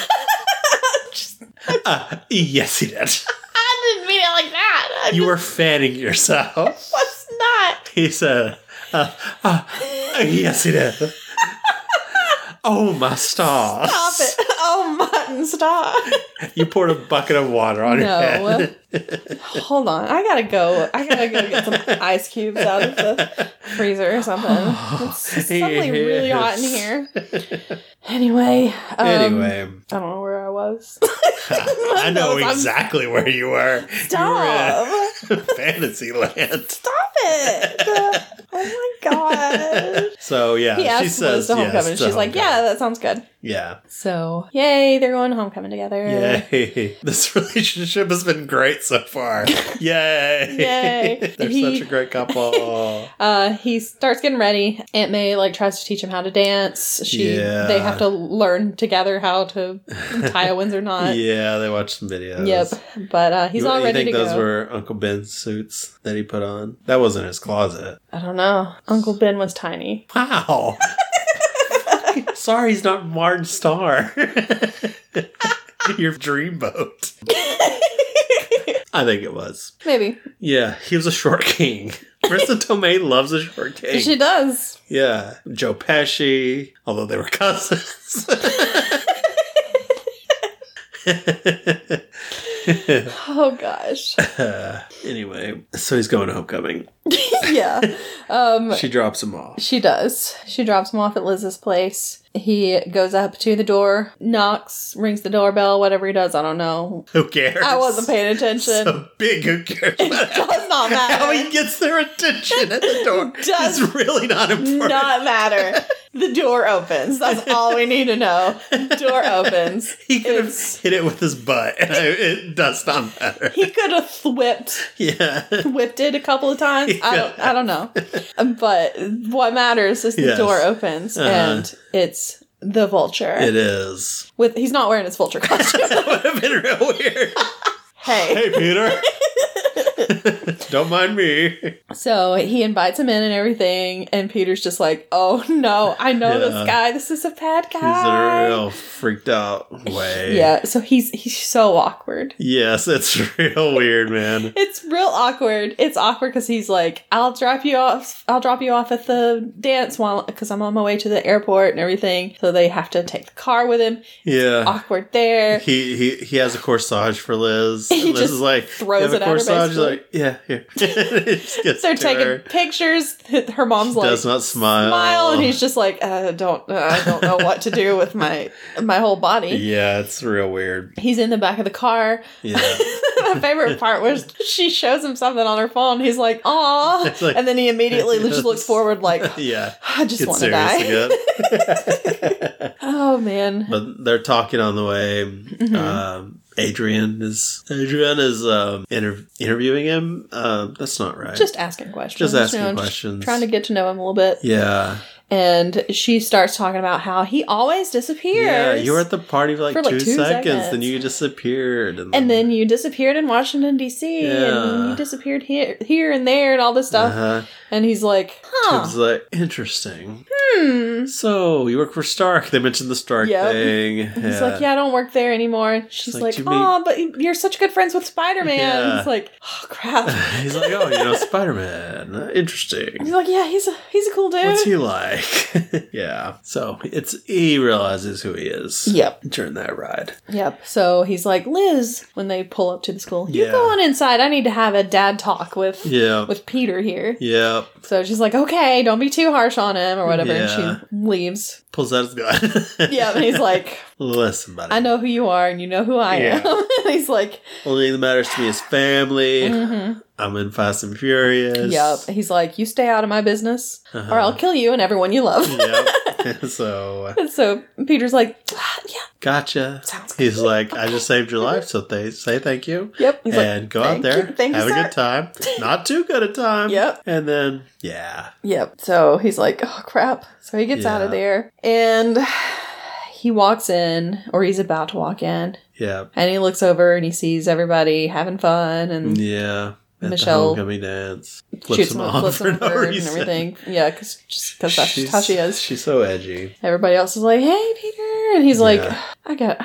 Uh, yes, he did. I didn't mean it like that. I You were fanning yourself. was not. He said, uh, uh, "Yes, he did." Oh my stars! Stop it! Oh, Martin Starr. You poured a bucket of water on your No, head. hold on. I gotta go. I gotta go get some ice cubes out of the freezer or something. It's suddenly really hot in here. Anyway. Um, Anyway, I don't know where I was. I know I'm- exactly where you were. Stop! You were in Fantasyland. Stop it! oh my god. So yeah, He asked she says Liz to homecoming. Yes She's to like, homecoming. yeah, that sounds good. yeah, So, yay, they're going homecoming together. yay! This relationship has been great so far. Yay! Yay. They're He- such a great couple. Uh, he starts getting ready. Aunt May like tries to teach him how to dance. She Yeah. they have to learn together how to tie a Windsor knot. yeah, they watched some videos. Uh, Yep. But uh, he's you, all you ready think to those go. were Uncle Ben's suits that he put on? That wasn't his closet. I don't know. Uncle Ben was tiny. Wow. Sorry, he's not Martin Starr. Your dreamboat. I think it was. Maybe Yeah, he was a short king. Marissa Tomei loves a short king. she does. Yeah, Joe Pesci, although they were cousins. Oh gosh. Uh, anyway, so he's going to homecoming. yeah. Um, She drops him off. she does. She drops him off at Liz's place. He goes up to the door, knocks, rings the doorbell, whatever he does. I don't know. Who cares? I wasn't paying attention. So big, who cares? it does not matter. How he gets their attention at the door Does is really not important. not matter. The door opens. That's all we need to know. Door opens. he could have It's- hit it with his butt, and I, it does not matter. He could have whipped Yeah, whipped it a couple of times. I don't I don't know. Um, But what matters is the Yes. door opens Uh-huh. and it's the vulture. it is. With he's not wearing his vulture costume. That would have been real weird. Hey. Hey, Peter. Don't mind me. So he invites him in and everything, and Peter's just like, "Oh no, I know Yeah. this guy. This is a bad He's in guy." a real freaked out way. Yeah. So he's he's so awkward. Yes, it's real weird, man. It's real awkward. It's awkward because he's like, "I'll drop you off. I'll drop you off at the dance while because I'm on my way to the airport and everything." So they have to take the car with him. Yeah. Awkward there. He, he he has a corsage for Liz. He Liz just is like throws "You have it a at her, corsage?" She's basically. like, yeah, here. Just gets They're to taking her. pictures. Her mom's She like, does not smile. smile, and he's just like, uh, "Don't, uh, I don't know what to do with my my whole body." Yeah, it's real weird. He's in the back of the car. Yeah. My favorite part was she shows him something on her phone. He's like, "Aw," It's like- and then he immediately just looks forward, like, yeah. "I just Get want to serious die." again. Oh man, but they're talking on the way. Mm-hmm. Um, Adrian is Adrian is um, inter- interviewing him. Uh, that's not right. just asking questions. Just asking you know, questions. trying to get to know him a little bit. yeah, And she starts talking about how he always disappears. yeah. You were at the party for like, For, like, two, two seconds, then seconds. you disappeared, and, and then you disappeared in Washington D.C. Yeah. and you disappeared here, here and there, and all this stuff. uh And he's like, It's "Huh, like interesting. hmm." So you work for Stark? They mentioned the Stark Yep. thing. He's like, yeah, I don't work there anymore. She's like, like, "Do you mean- oh, but you're such good friends with Spider Man. Yeah. He's like, oh crap. He's like, oh, you know, Spider Man. Interesting. He's like, yeah, he's a, he's a cool dude. What's he like? yeah. So it's he realizes who he is. Yep, During that ride. yep. So he's like, Liz, when they pull up to the school, you Yeah. go on inside. I need to have a dad talk with Yeah. with Peter here. Yeah. So she's like, okay, don't be too harsh on him or whatever. Yeah. And she leaves. Pulls out his gun. Yeah, and he's like, Listen, buddy. I know who you are and you know who I Yeah. am. and he's like, Only thing that matters to me is family. hmm I'm in Fast and Furious. yep. He's like, you stay out of my business or Uh-huh. I'll kill you and everyone you love. yep. so And so Peter's like, "Ah, yeah, gotcha. Sounds He's like, I just saved your life, so they say thank you. yep. He's like, and go out "Thank there, you- thank you, have a sir." good time. Not too good a time. Yep. And then, yeah, yep. So he's like, oh crap. So he gets out Yeah. of there and he walks in, or he's about to walk in, yeah, and he looks over and he sees everybody having fun and yeah. At Michelle the homecoming dance shoots flips him him, off flips for him no over and reason. everything. Yeah, because because that's She's- how she is. She's so edgy. Everybody else is like, hey, Peter, and he's like, Yeah. I got,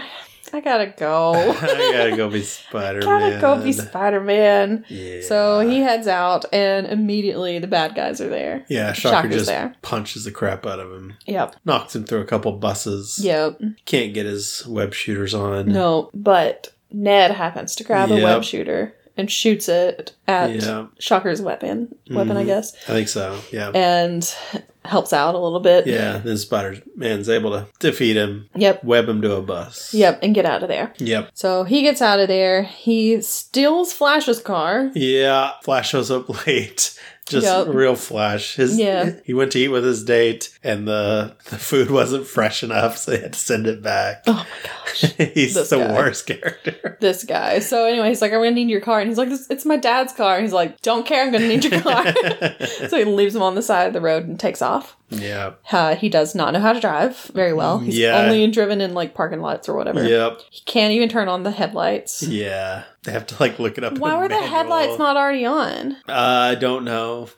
I gotta go. I gotta go be Spider Man. Gotta go be Spider Man. Yeah. So he heads out, and immediately the bad guys are there. Yeah, Shocker Shocker's just there. punches the crap out of him, Yep. knocks him through a couple buses. Yep. Can't get his web shooters on. No, but Ned happens to grab a Yep. web shooter and shoots it at Yeah, Shocker's weapon, weapon I Mhm. guess, I think so. Yeah. and helps out a little bit. Yeah, then Spider Man's able to defeat him, Yep. web him to a bus. Yep. And get out of there. Yep. So he gets out of there. He steals Flash's car. Yeah. Flash shows up late. Just Yep. real Flash. His, Yeah. He went to eat with his date, and the the food wasn't fresh enough, so they had to send it back. Oh my gosh. He's This the guy. worst character. this guy. So anyway, he's like, I'm gonna need your car. And he's like, "This- it's my dad's car. And he's like, don't care, I'm gonna need your car. so he leaves him on the side of the road and takes off. yeah. Uh, he does not know how to drive very well. He's Yeah. only driven in like parking lots or whatever. Yep. He can't even turn on the headlights. Yeah. They have to like look it up. in Why were the manual. headlights not already on? Uh, I don't know.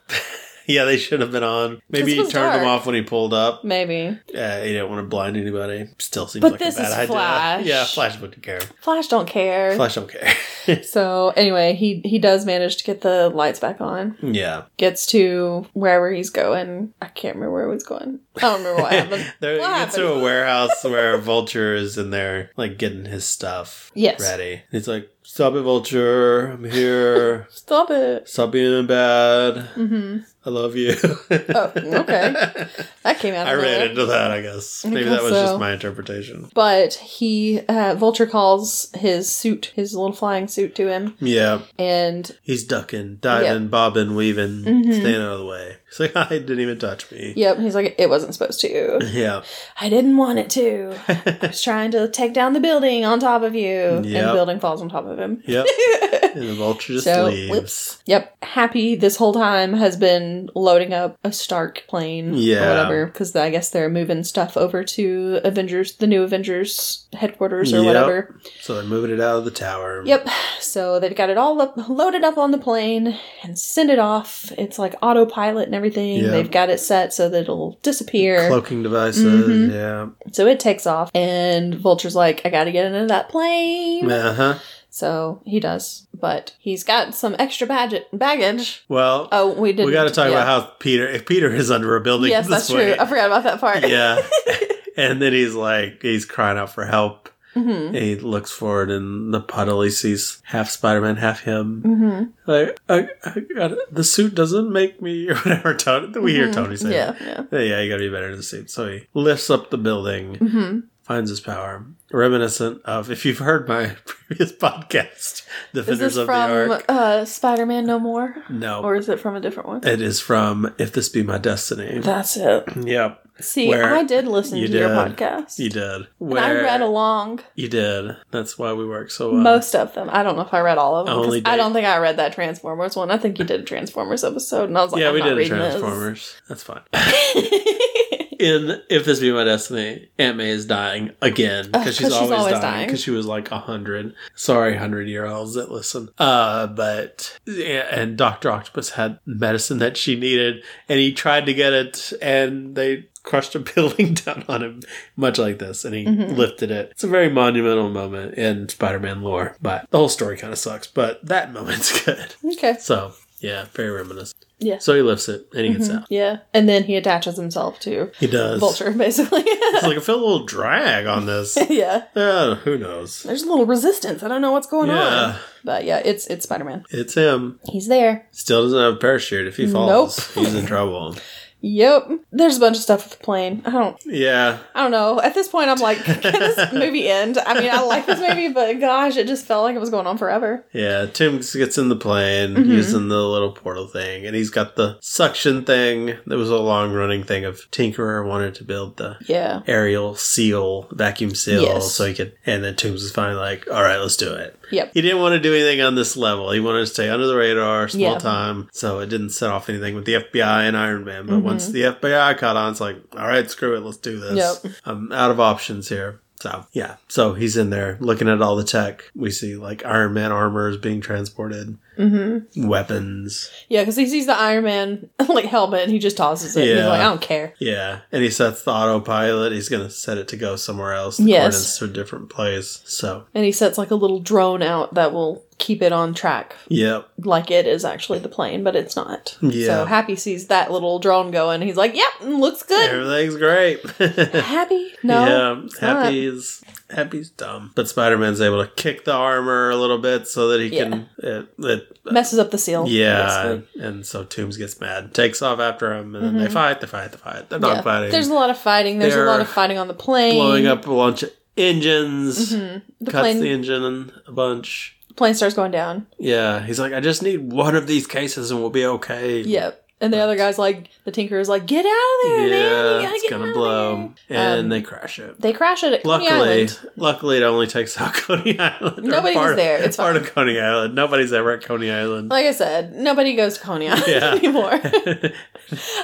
yeah, they should have been on. Maybe This he was turned them dark. off when he pulled up. Maybe. Uh, he didn't want to blind anybody. Still seems But like this a bad is idea. Flash. Yeah, Flash wouldn't care. Flash don't care. Flash don't care. So anyway, he he does manage to get the lights back on. yeah. Gets to wherever he's going. I can't remember where he was going. I don't remember what happened. They're What it's to happened? a warehouse where Vulture is in there, like getting his stuff Yes. ready. And he's like, "Stop it, Vulture! I'm here. Stop it. Stop being bad. Mm-hmm. I love you." Oh, okay. That came out. Of I ran nowhere. into that. I guess I maybe guess that was just so. my interpretation. But he, uh, Vulture calls his suit, his little flying suit, to him, Yeah. and He's ducking, diving, bobbing, weaving, Mhm. staying out of the way. He's like, I didn't even touch me. yep, he's like, it wasn't supposed to. Yeah. I didn't want it to. I was trying to take down the building on top of you, and Yep. the building falls on top of him. Yep. And the vulture just So, leaves. whoops. Yep. Happy this whole time has been loading up a Stark plane Yeah. or whatever. Because I guess they're moving stuff over to Avengers, the new Avengers headquarters or Yep. whatever. So they're moving it out of the tower. Yep. So they've got it all up, loaded up on the plane and send it off. It's like autopilot and everything. Yeah. They've got it set so that it'll disappear. Cloaking devices. Mhm. Yeah. So it takes off. And Vulture's like, I got to get into that plane. Uh huh. So he does. But he's got some extra baggage. baggage. Well, Oh, we didn't. we got to talk yeah. about how Peter, if Peter is under a building yes, this that's way. true. I forgot about that part. yeah. and then he's like, he's crying out for help. hmm He looks forward in the puddle. He sees half Spider Man, half him. hmm Like, I, I got the suit doesn't make me, or whatever. Tony, we hear Tony say. Mm-hmm. Yeah, yeah. that. Yeah, you gotta be better in the suit. So he lifts up the building. hmm finds his power, reminiscent of if you've heard my previous podcast, Is Defenders this of the Ark. Oh. from uh, Spider-Man No More, No, or is it from a different one? it is from If This Be My Destiny. That's it. Yep, See, Where I did listen you to your did. podcast. you did. And I read along you did. That's why we work so well. most of them. I don't know if I read all of them. 'cause Oh, Only I did- don't think I read that Transformers one. I think you did a Transformers episode, and I was like, yeah, I'm we not did a reading this. Transformers. That's fine. In If This Be My Destiny, Aunt May is dying again Ugh, because she's, always, dying dying. because she was like a hundred. Sorry, hundred year olds that listen. Uh, but and Doctor Octopus had medicine that she needed, and he tried to get it, and they crushed a building down on him, much like this, and he Mhm. lifted it. It's a very monumental moment in Spider-Man lore, but the whole story kind of sucks. But that moment's good. okay. So yeah, very reminiscent. Yeah. So he lifts it and he gets Mhm. out. Yeah, and then he attaches himself to He does. Vulture, basically. It's like I feel a little drag on this. yeah, Uh, who knows? there's a little resistance. I don't know what's going on. Yeah, But yeah, it's it's Spider Man. it's him. He's there. Still doesn't have a parachute. If he falls, he's in trouble. Yep. There's a bunch of stuff with the plane. I don't Yeah, I don't know. At this point I'm like, can this movie end? I mean, I like this movie, but gosh, it just felt like it was going on forever. yeah. Tim gets in the plane Mhm. using the little portal thing, and he's got the suction thing. That was a long running thing of Tinkerer wanted to build the Yeah. aerial seal, vacuum seal, Yes. so he could. And then Toombs is finally like, "All right, let's do it." Yep. He didn't want to do anything on this level. He wanted to stay under the radar, small Yeah. time, so it didn't set off anything with the FBI and Iron Man. But Mhm. once the FBI caught on, it's like, "All right, screw it, let's do this." I'm out of options here. So yeah, so he's in there looking at all the tech. We see like Iron Man armor is being transported, hmm weapons. Yeah, because he sees the Iron Man like helmet and he just tosses it. and He's Yeah. like, I don't care. Yeah, and he sets the autopilot. He's gonna set it to go somewhere else. The Yes. coordinates to a different place. So And he sets like a little drone out that will keep it on track yep. like it is actually the plane, but it's not. Yeah. So Happy sees that little drone going. He's like, Yep, looks good. Everything's great. Happy? No. yeah, Happy is Happy's dumb, but Spider Man's able to kick the armor a little bit so that he can. It, it, Messes up the seal. yeah, basically. and so Toombs gets mad, takes off after him, and then they Mhm. fight, they fight, they fight. They're not Yeah. fighting. There's a lot of fighting. There's They're a lot of fighting on the plane. blowing up a bunch of engines, Mhm. The cuts plane, the engine a bunch. plane starts going down. Yeah, he's like, I just need one of these cases and we'll be okay. Yep. And the other guy's like, the tinker is like, get out of there, man. You yeah, gotta it's get gonna out of blow, there." and Um, they crash it. They crash it at Coney Luckily, Island. luckily, it only takes out Coney Island. or Nobody was part of- there. It's part fine. of Coney Island. Nobody's ever at Coney Island. Like I said, nobody goes to Coney Island Yeah. anymore. Yeah.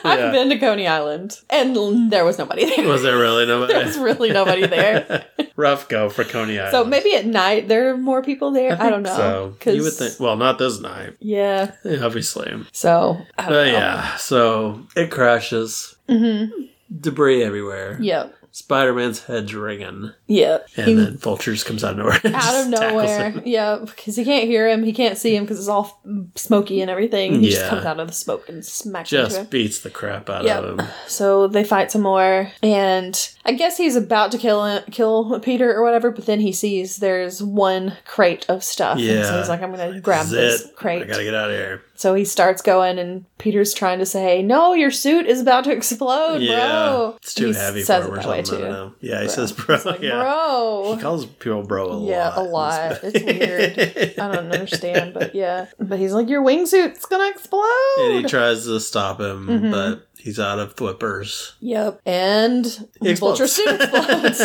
I've been to Coney Island, and there was nobody there. was there really nobody? there was really nobody there. Rough go for Coney Island. So maybe at night there are more people there. I, don't think know. So 'Cause- you would think. Well, not this night, Yeah. obviously. So. I But yeah, so it crashes. Mm-hmm. Debris everywhere. Yep. Spider Man's head's ringing, Yep. and He- then vultures comes out of nowhere. and out of just tackles nowhere. him. Yeah, because he can't hear him. He can't see him because it's all f- smoky and everything. He Yeah. just comes out of the smoke and smacks into him. Just beats the crap out Yep. of him. So they fight some more, and I guess he's about to kill him, kill Peter or whatever. But then he sees there's one crate of stuff. and so Yeah. he's like, "I'm gonna grab This is it. this I crate." gotta get out of here. So he starts going, and Peter's trying to say, "No, your suit is about to explode, bro." It's too He heavy for says him it or that way, something. I don't know. Yeah, he Bro. says bro. It's like, yeah. bro. He calls people bro a Yeah, a lot. lot. It's weird. I don't understand, but yeah. But he's like, your wingsuit's gonna explode. And he tries to stop him, Mhm. but He's out of Thwippers. Yep. And He explodes. Vulture suit explodes.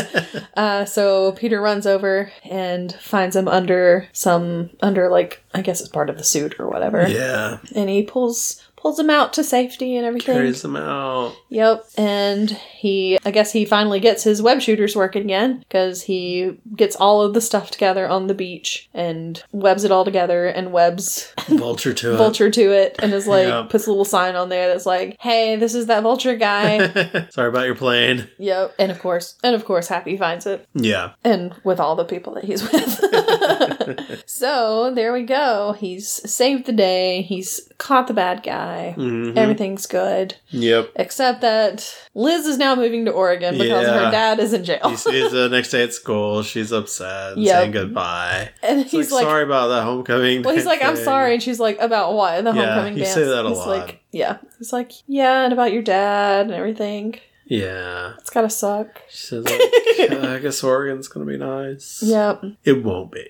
uh, so Peter runs over and finds him under some under like I guess it's part of the suit or whatever. Yeah. And he pulls pulls him out to safety and everything. Carries him out. Yep. And he I guess he finally gets his web shooters working again because he gets all of the stuff together on the beach and webs it all together and webs Vulture to vulture to it and is like Yep. puts a little sign on there that's like, Hey, this is that vulture guy. it. Sorry about your plane. Yep. And of course, and of course, Happy finds it. Yeah. And with all the people that he's with. so there we go. He's saved the day. He's caught the bad guy. Mhm. Everything's good. Yep. Except that Liz is now moving to Oregon because Yeah. her dad is in jail. He sees the uh, next day at school. She's upset, and Yep. saying goodbye. and He's he's like, like, sorry about that homecoming. Well, he's dance like, I'm thing." sorry. And she's like, about what? And the Yeah, homecoming you dance. say that a he's lot. like, yeah. He's like, yeah, and about your dad and everything. Yeah. It's gotta suck. She says, like, "Uh, I guess Oregon's going to be nice. Yep. It won't be.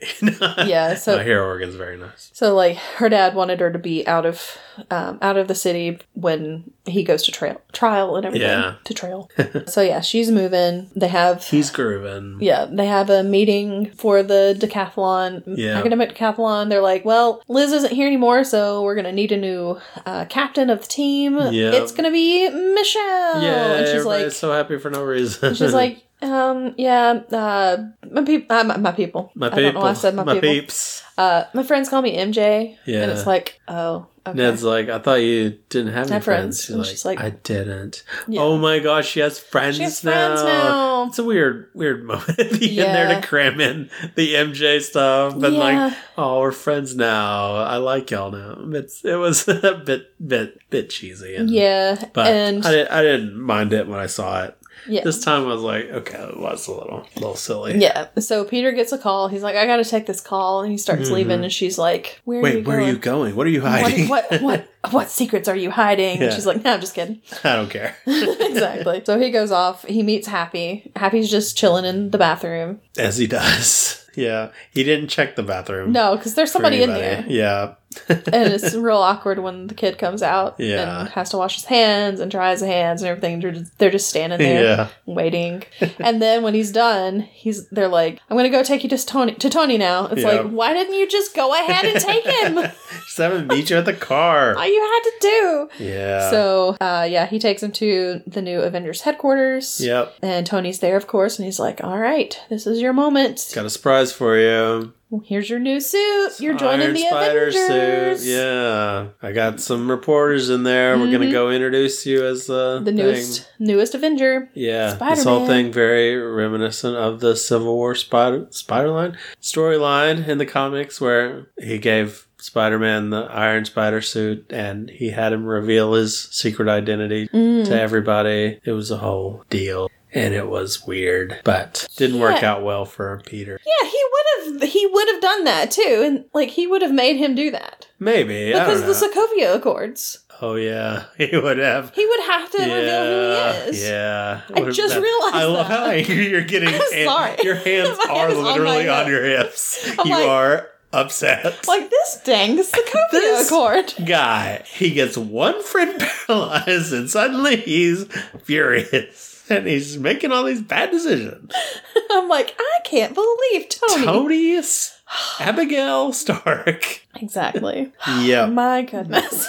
Yeah, so- I hear Oregon's very nice. So like her dad wanted her to be out of um, out of the city when he goes to trail trial and everything Yeah. to trail. so yeah, she's moving. They have He's grooving. yeah, they have a meeting for the decathlon, Yeah. academic decathlon. They're like, well, Liz isn't here anymore, so we're gonna need a new uh, captain of the team. Yeah. It's gonna be Michelle. Yeah, Oh, and she's everybody's like, so happy for no reason. and she's like, um, yeah, uh, my, peop uh, my, my people, my I don't know people, why I said my, my people. peeps. Uh, my friends call me MJ. Yeah. And it's like, oh, okay. Ned's like, I thought you didn't have any Have friends. friends. She's, And like, she's like- I didn't. Yeah. Oh my gosh, she has friends she has now. friends now. It's a weird, weird moment at the end there Yeah. to cram in the MJ stuff and like, Yeah. oh, we're friends now. I like y'all now. It's it was a bit, bit, bit cheesy. And, Yeah. but and I, didn't, I didn't mind it when I saw it. yeah. This time I was like, okay, that was a little, little silly. yeah. So Peter gets a call. He's like, I got to take this call. And he starts leaving. And she's like, Where are you Mm-hmm. Wait, where going? are you going? What are you What, hiding? what, what, what secrets are you hiding? Yeah. And she's like, No, I'm just kidding. I don't care. exactly. So he goes off. He meets Happy. Happy's just chilling in the bathroom. As he does. Yeah. He didn't check the bathroom. No, because there's for somebody in there. anybody. Yeah. and it's real awkward when the kid comes out Yeah. and has to wash his hands and dry his hands and everything. They're just, they're just standing there Yeah. waiting. and then when he's done, he's they're like, "I'm gonna go take you to Tony to Tony now." It's Yeah. like, why didn't you just go ahead and take him? Just have him meet you at the car. All you had to do. yeah. So uh, yeah, he takes him to the new Avengers headquarters. Yep. And Tony's there, of course, and he's like, "All right, this is your moment. Got a surprise for you. Here's your new suit. You're joining Iron the spider Avengers." suit. Yeah. I got some reporters in there. We're gonna Mhm. go introduce you as uh, The newest newest Avenger. Yeah, this whole Spider-Man. thing very reminiscent of the Civil War spider spider line storyline in the comics, where he gave Spider-Man the Iron Spider suit, and he had him reveal his secret identity Mm. to everybody. It was a whole deal, and it was weird, but didn't work Yeah. out well for Peter. Yeah, he would have he would have done that too, and like he would have made him do that Maybe because I of don't the know. Sokovia Accords. oh yeah, he would have. He would have to reveal who he is. Yeah. I just realized I love that. how angry you're getting. I'm and sorry. Your hands My are hands on literally my on, hip. your hips. I'm you like- are upset. Like this dang Sokovia This- Accord. guy, he gets one friend paralyzed and suddenly he's furious. And he's making all these bad decisions. I'm like, I can't believe Tony. Tony S- Abigail Stark. Exactly. Yep. My goodness.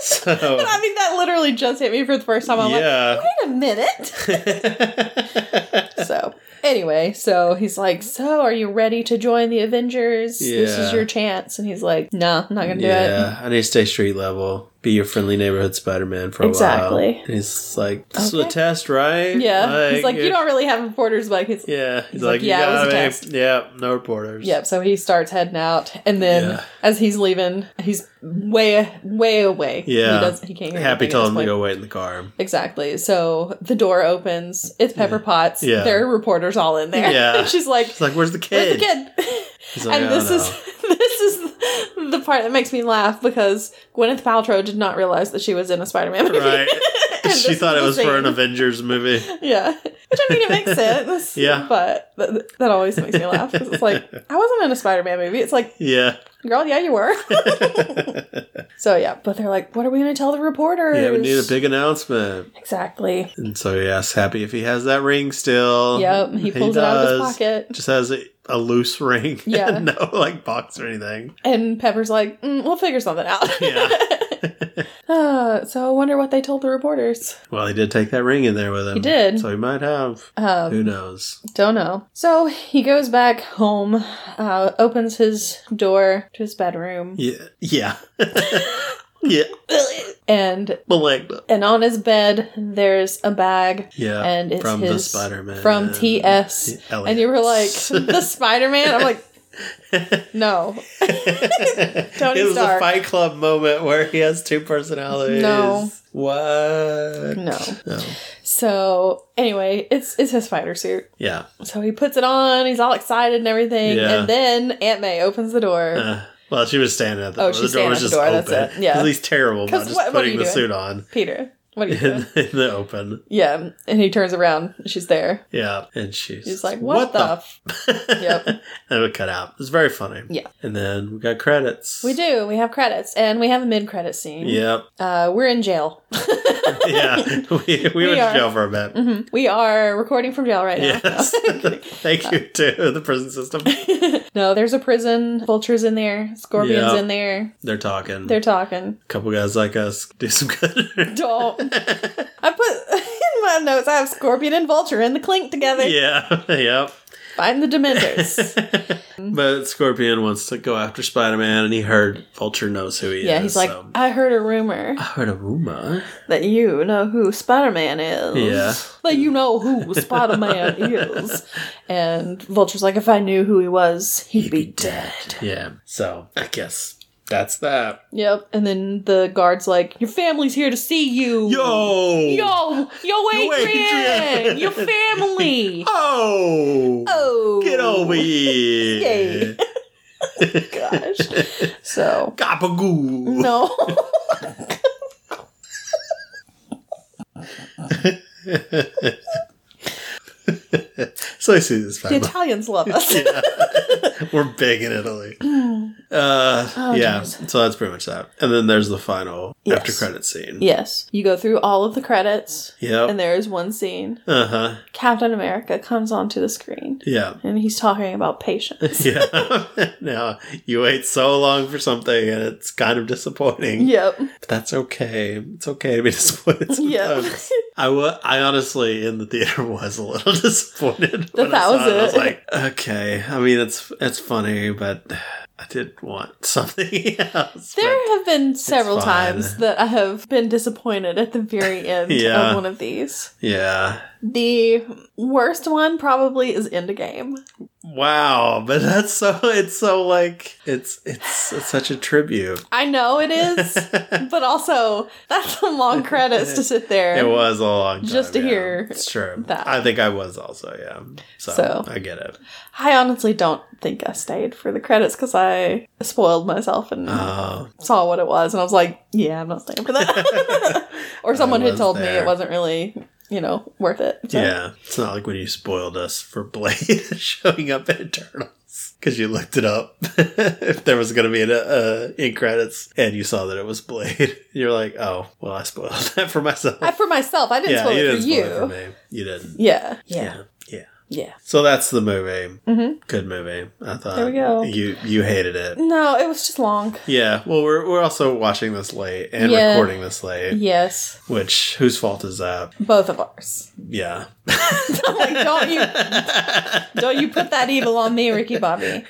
So I mean, that literally just hit me for the first time. I'm yeah. like, wait a minute. so anyway, so he's like, "So are you ready to join the Avengers? This Yeah. is your chance." And he's like, "No, I'm not gonna do it." Yeah, I need to stay street level. Be your friendly neighborhood Spider Man for a while. Exactly. And he's like, this was a Okay. test, right? Yeah, he's like, it- "You don't really have reporters." Like, he's Yeah, he's, like, like, you "Yeah, it was gotta a make- test." yeah, no reporters. yep. So he starts heading out, and then Yeah. as he's leaving, he's way, way away. Yeah. he, doesn't, he can't. Hear Happy anything at told this him to point. go wait in the car. Exactly. So the door opens. It's Pepper Potts. Yeah. There are reporters all in there. Yeah. She's like, He's like, where's the "Where's kid? the kid?" He's like, and "I this don't is this is the part that makes me laugh because Gwyneth Paltrow did not realize that she was in a Spider-Man movie. know." right. And she this thought is it the was for an scene. Avengers movie. Yeah, which I mean it makes sense. Yeah. but th- that always makes me laugh 'cause it's like I wasn't in a Spider-Man movie. It's like Yeah, Girl, yeah, you were. so yeah, but they're like, what are we going to tell the reporters? Yeah, we need a big announcement. Exactly. And so he asks Happy if he has that ring still. Yep, he pulls it out of his Uh-huh. does. pocket. Just has a, a loose ring. Yeah. no, like box or anything. And Pepper's like, mm, we'll figure something out. Yeah. Uh, so I wonder what they told the reporters. Well, he did take that ring in there with him. He did. So he might have. Who Um, knows? don't know. So he goes back home, uh, opens his door to his bedroom, Yeah. Yeah. yeah. and Maligna. and on his bed there's a bag, Yeah. and it's Uh, from the his Spider-Man. from TS. Elliot. And you were like, the Spider Man? I'm like, no, Tony it was Stark. a Fight Club moment where he has two personalities. No. What? no. No. So anyway, it's it's his spider suit. Yeah. So he puts it on. He's all excited and everything. Yeah. And then Aunt May opens the door. Uh, well, she was standing at the Oh, door. she's the door standing was at the just door, that's open. it, yeah. 'Cause he's terrible about 'Cause just what- what are putting you the doing? suit on Peter, what are you doing? in, in the open. yeah. And he turns around. She's there. Yeah. And she's, She's like, "What, the?" f-" Yep. and it would cut out. It's very funny. Yeah. And then we got credits. we do. We have credits, and we have a mid-credit scene. Yep. Uh, we're in jail. Yeah. we we, went are. to jail for a bit. Mhm. We are recording from jail right Yes. now. Thank you to the prison system. no, there's a prison. Vultures in there. Scorpions Yeah. in there. They're talking. They're talking. a couple guys like us do some good. Don't. I put in my notes. I have scorpion and vulture in the clink together. yeah. Yep. Find the Dementors. Mm-hmm. But Scorpion wants to go after Spider Man, and he heard Vulture knows who he is. yeah, he's like, so- I heard a rumor I heard a rumor. that you know who Spider Man is. Yeah. That you know who Spider Man is. And Vulture's like, if I knew who he was, he'd, be, dead. Yeah. So I guess that's that. Yep. And then the guard's like, Your family's here to see you. Yo. Yo! Yo, Adrian! Adrian! Your family! Oh. Oh! Get over here. Yay. Oh, Gosh. So. Gabagoo. No. So I see this. the Family. Italians love us. We're big in Italy. Hmm. Uh, yeah. geez. So that's pretty much that. And then there's the final Oh, Yes. after credit scene. Yes. You go through all of the credits, and Yep. there is one scene. Uh huh. Captain America comes onto the screen, Yeah. and he's talking about patience. Yeah. now you wait so long for something, and it's kind of disappointing. yep. But that's okay. It's okay to be disappointed. Yep. Sometimes. I wa- I honestly in the theater was a little disappointed. That when I saw was I was it. like, okay. I mean, it's it's funny, but I did want something else. but- There have been several fine. times that I have been disappointed at the very end Yeah. of one of these. yeah. The worst one probably is Endgame. Wow, but that's so it's so like it's it's, it's such a tribute. I know it is, it but also that's some long credits to sit there. was a long time, Just to yeah. hear It's true. that. I think I was also, yeah. So, So. I get it. I honestly don't think I stayed for the credits because I spoiled myself and Oh. saw what it was, and I was like, "Yeah, I'm not staying for that." or someone had was told me there. it wasn't really, you know, worth it. So, Yeah. It's not like when you spoiled us for Blade showing up in Eternals. Because you looked it up if there was going to be an uh, in credits and you saw that it was Blade. You're like, oh, well, I spoiled that for myself. I, for myself, I didn't yeah, spoil you it didn't for spoil you. it for me. You didn't. Yeah, yeah, Yeah. Yeah. yeah. So that's the movie. Mhm. Good movie. I thought. There we go. You you hated it. No, it was just long. Yeah. Well, we're we're also watching this late and Yeah. recording this late, Yes, which whose fault is that? both of ours. Yeah. I'm like, don't you, don't you put that evil on me, Ricky Bobby?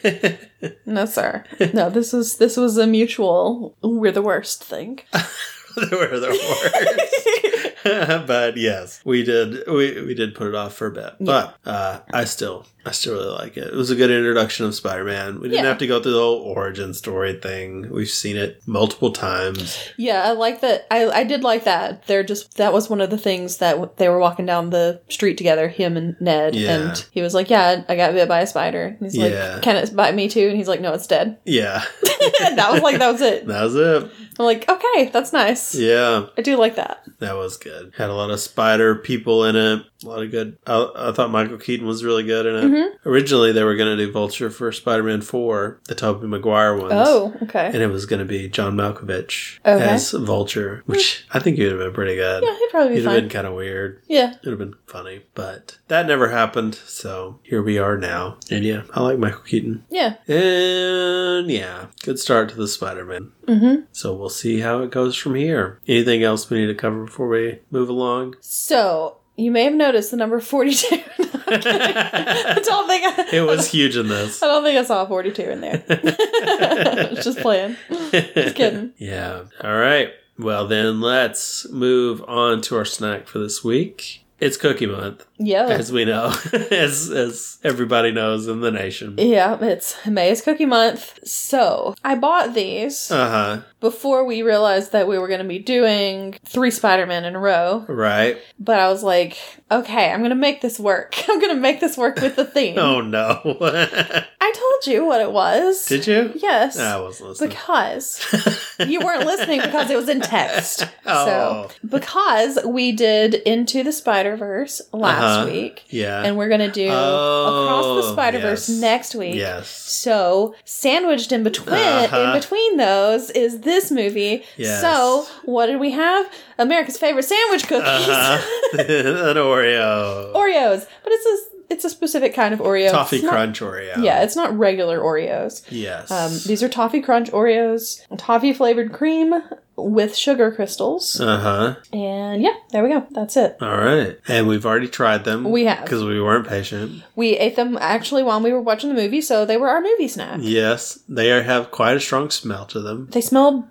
No, sir. No, this was this was a mutual. We're the worst thing. there were the words. but yes, we did we, we did put it off for a bit. But uh, I still I still really like it. It was a good introduction of Spider Man. We didn't Yeah. have to go through the whole origin story thing. We've seen it multiple times. Yeah, I like that. I, I did like that. They're just that was one of the things that w- they were walking down the street together, him and Ned, Yeah. and he was like, "Yeah, I got bit by a spider." And he's Yeah. like, "Can it bite me too?" And he's like, "No, it's dead." Yeah. And that was like that was it. that was it. I'm like, okay, that's nice. Yeah. I do like that. That was good. good. Had a lot of spider people in it. A lot of good. I, I thought Michael Keaton was really good in it. Mm-hmm. Originally, they were going to do Vulture for Spider Man 4, the Tobey Maguire ones. Oh, okay. And it was going to be John Malkovich Okay. Hmm. as Vulture, which I think he would have been pretty good. yeah, he'd probably be He'd have fine. been kind of weird. yeah. It would have been funny, but that never happened. So here we are now. And yeah, I like Michael Keaton. Yeah. And yeah, good start to the Spider Man. Mm-hmm. So we'll see how it goes from here. Anything else we need to cover before we move along? So you may have noticed the number forty-two. I it don't think I, was huge in this. I don't think I saw forty-two in there. Just playing. Just kidding. Yeah. All right. Well, then let's move on to our snack for this week. It's Cookie Month, Yeah. as we know, as as everybody knows in the nation. Yeah, it's May is Cookie Month. So I bought these Uh huh. before we realized that we were going to be doing three Spider Man in a row. Right. But I was like, okay, I'm going to make this work. I'm going to make this work with the theme. Oh no. I told you what it was. Did you? Ah, Yes. I was listening. because you weren't listening because it was in text. Oh. So, because we did Into the Spider Verse last Uh-huh. week, yeah. and we're going to do Across Oh, the Spider Verse yes. next week. yes. So, sandwiched in between Uh-huh. in between those is this movie. Yes. So, what did we have? America's favorite sandwich cookies, Uh-huh. An Oreo. Oreos. But it's a it's a specific kind of Oreo. Toffee It's not- Crunch Oreo. Yeah, it's not regular Oreos. Yes. Um, these are toffee crunch Oreos, toffee flavored cream with sugar crystals, uh huh. and yeah, there we go. That's it. All right. And we've already tried them. We have. Because we weren't patient. We ate them actually while we were watching the movie, so they were our movie snack. Yes. They are, have quite a strong smell to them. They smell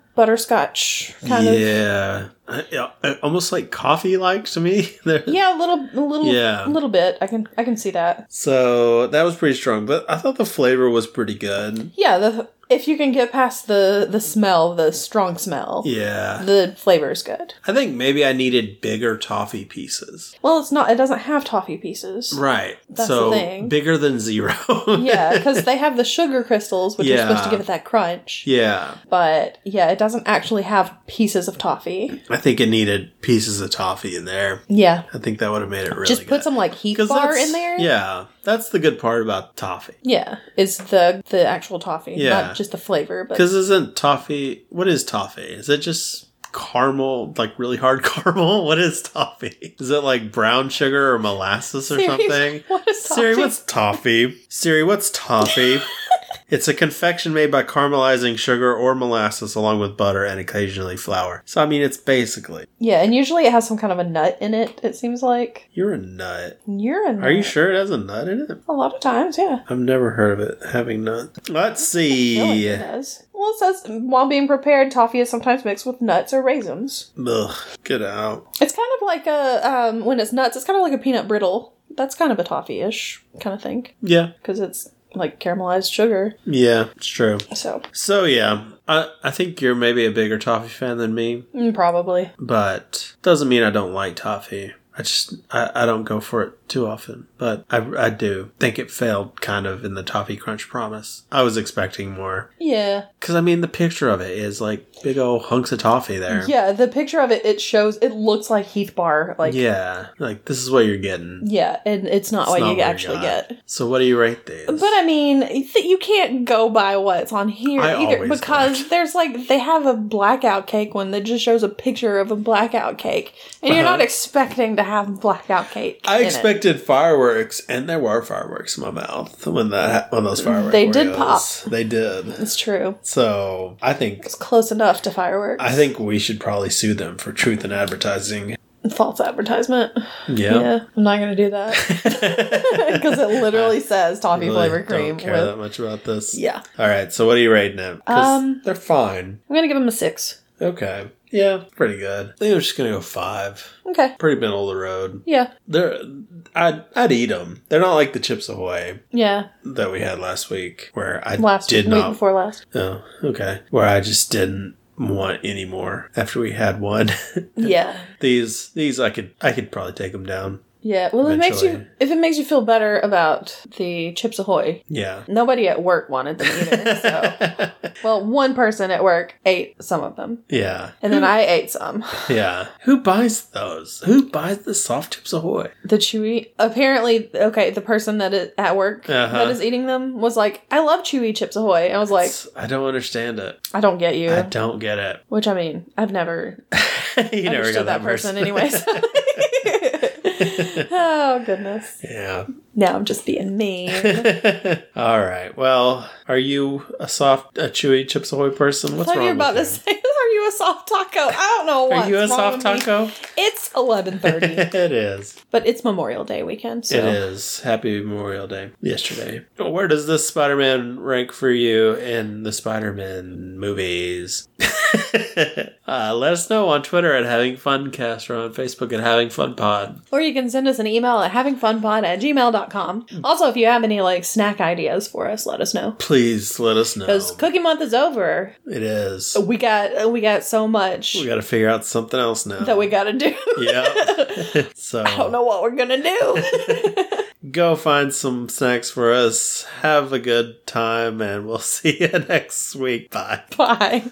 butterscotch kind of. yeah. I- yeah. I- almost like coffee like to me. They're- Yeah, a little, a little, Yeah. a little bit. I can, I can see that. So that was pretty strong, but I thought the flavor was pretty good. Yeah, the if you can get past the the smell, the strong smell, Yeah. the flavor is good. I think maybe I needed bigger toffee pieces. Well, it's not. It doesn't have toffee pieces. Right. That's so the thing. bigger than zero. Yeah, because they have the sugar crystals, which are supposed to Yeah. give it that crunch. yeah. But yeah, it doesn't actually have pieces of toffee. I think it needed pieces of toffee in there. Yeah, I think that would have made it really just put good. some like Heath 'Cause bar that's- in there. Yeah. That's the good part about toffee. yeah, is the the actual toffee, Yeah. not just the flavor. But Because isn't toffee what is toffee? Is it just caramel like really hard caramel? What is toffee? Is it like brown sugar or molasses or Siri, something? What is toffee? Siri, what's toffee? Siri, what's toffee? it's a confection made by caramelizing sugar or molasses along with butter and occasionally flour. So I mean it's basically yeah, and usually it has some kind of a nut in it. It seems like you're a nut. you're a nut. Are you sure it has a nut in it? A lot of times, yeah. I've never heard of it having nut. Let's feel like see. it does. Well, it says while being prepared, toffee is sometimes mixed with nuts or raisins. Ugh, get out. It's kind of like a um, when it's nuts, it's kind of like a peanut brittle. That's kind of a toffee-ish kind of thing Yeah, because it's like caramelized sugar. yeah, it's true. So So yeah, I I think you're maybe a bigger toffee fan than me, mm, probably but doesn't mean I don't like toffee. I just I, I don't go for it too often, but I I do think it failed kind of in the toffee crunch promise. I was expecting more yeah, because I mean the picture of it is like big old hunks of toffee there. yeah. The picture of it, it shows it looks like Heath Bar, like yeah, Yeah, like this is what you're getting. and it's not what not you what I actually got. get. So what do you rate these? But I mean, th- you can't go by what's on here I either always because don't. there's like they have a blackout cake one that just shows a picture of a blackout cake, and you're Uh-huh. not expecting to have blackout cake. I in it. expected fireworks, and there were fireworks in my mouth when that when those fireworks They did pop. They did. it's true. So I think It's close enough to fireworks. I think we should probably sue them for truth in advertising. false advertisement. Yeah, Yeah. I'm not gonna do that because it literally says toffee Really flavored cream. Don't care with- that much about this. yeah, All right. So what do you rate them? 'Cause Um, they're fine. I'm gonna give them a six. Okay. Yeah, pretty good. I think I'm just gonna go five. Okay. Pretty middle of the road. Yeah. They're I'd I'd eat them. They're not like the Chips Ahoy Yeah. that we had last week, where I Last did week not. before last. Oh, okay. Where I just didn't want any more after we had one. Yeah. these these I could I could probably take them down. Yeah. Well, it makes you Eventually. if it makes you feel better about the Chips Ahoy. Yeah. Nobody at work wanted them either. So, well, one person at work ate some of them, yeah. and then I ate some. Yeah. Who buys those? Who buys the soft chips ahoy? The chewy. Apparently, okay, the person that is at work Uh-huh. that is eating them was like, "I love chewy Chips Ahoy." I was like, It's- I don't understand it. "I don't get you." I don't get it. Which I mean, I've never you never got understood that, that person, anyways. oh goodness! yeah. Now I'm just being mean. All right. Well, are you a soft, a chewy Chips Ahoy person? What's What's wrong you were about to with say, are you a soft taco? I don't know you? what. Are you a soft taco? It's 11:30, it is. but it's Memorial Day weekend, so It is. Happy Memorial Day yesterday. Where does this Spider Man rank for you in the Spider Man movies? uh, let us know on Twitter at Having Fun Cast or on Facebook at Having Fun Pod. or you can send us an email at havingfunpod at gmail.com. Also, if you have any like snack ideas for us, let us know. Please let us know. Because Cookie Month is over, It is. we got we got so much We got to figure out something else now. that we got to do. yeah. so I don't know what we're gonna do. go find some snacks for us. Have a good time, and we'll see you next week. Bye. Bye.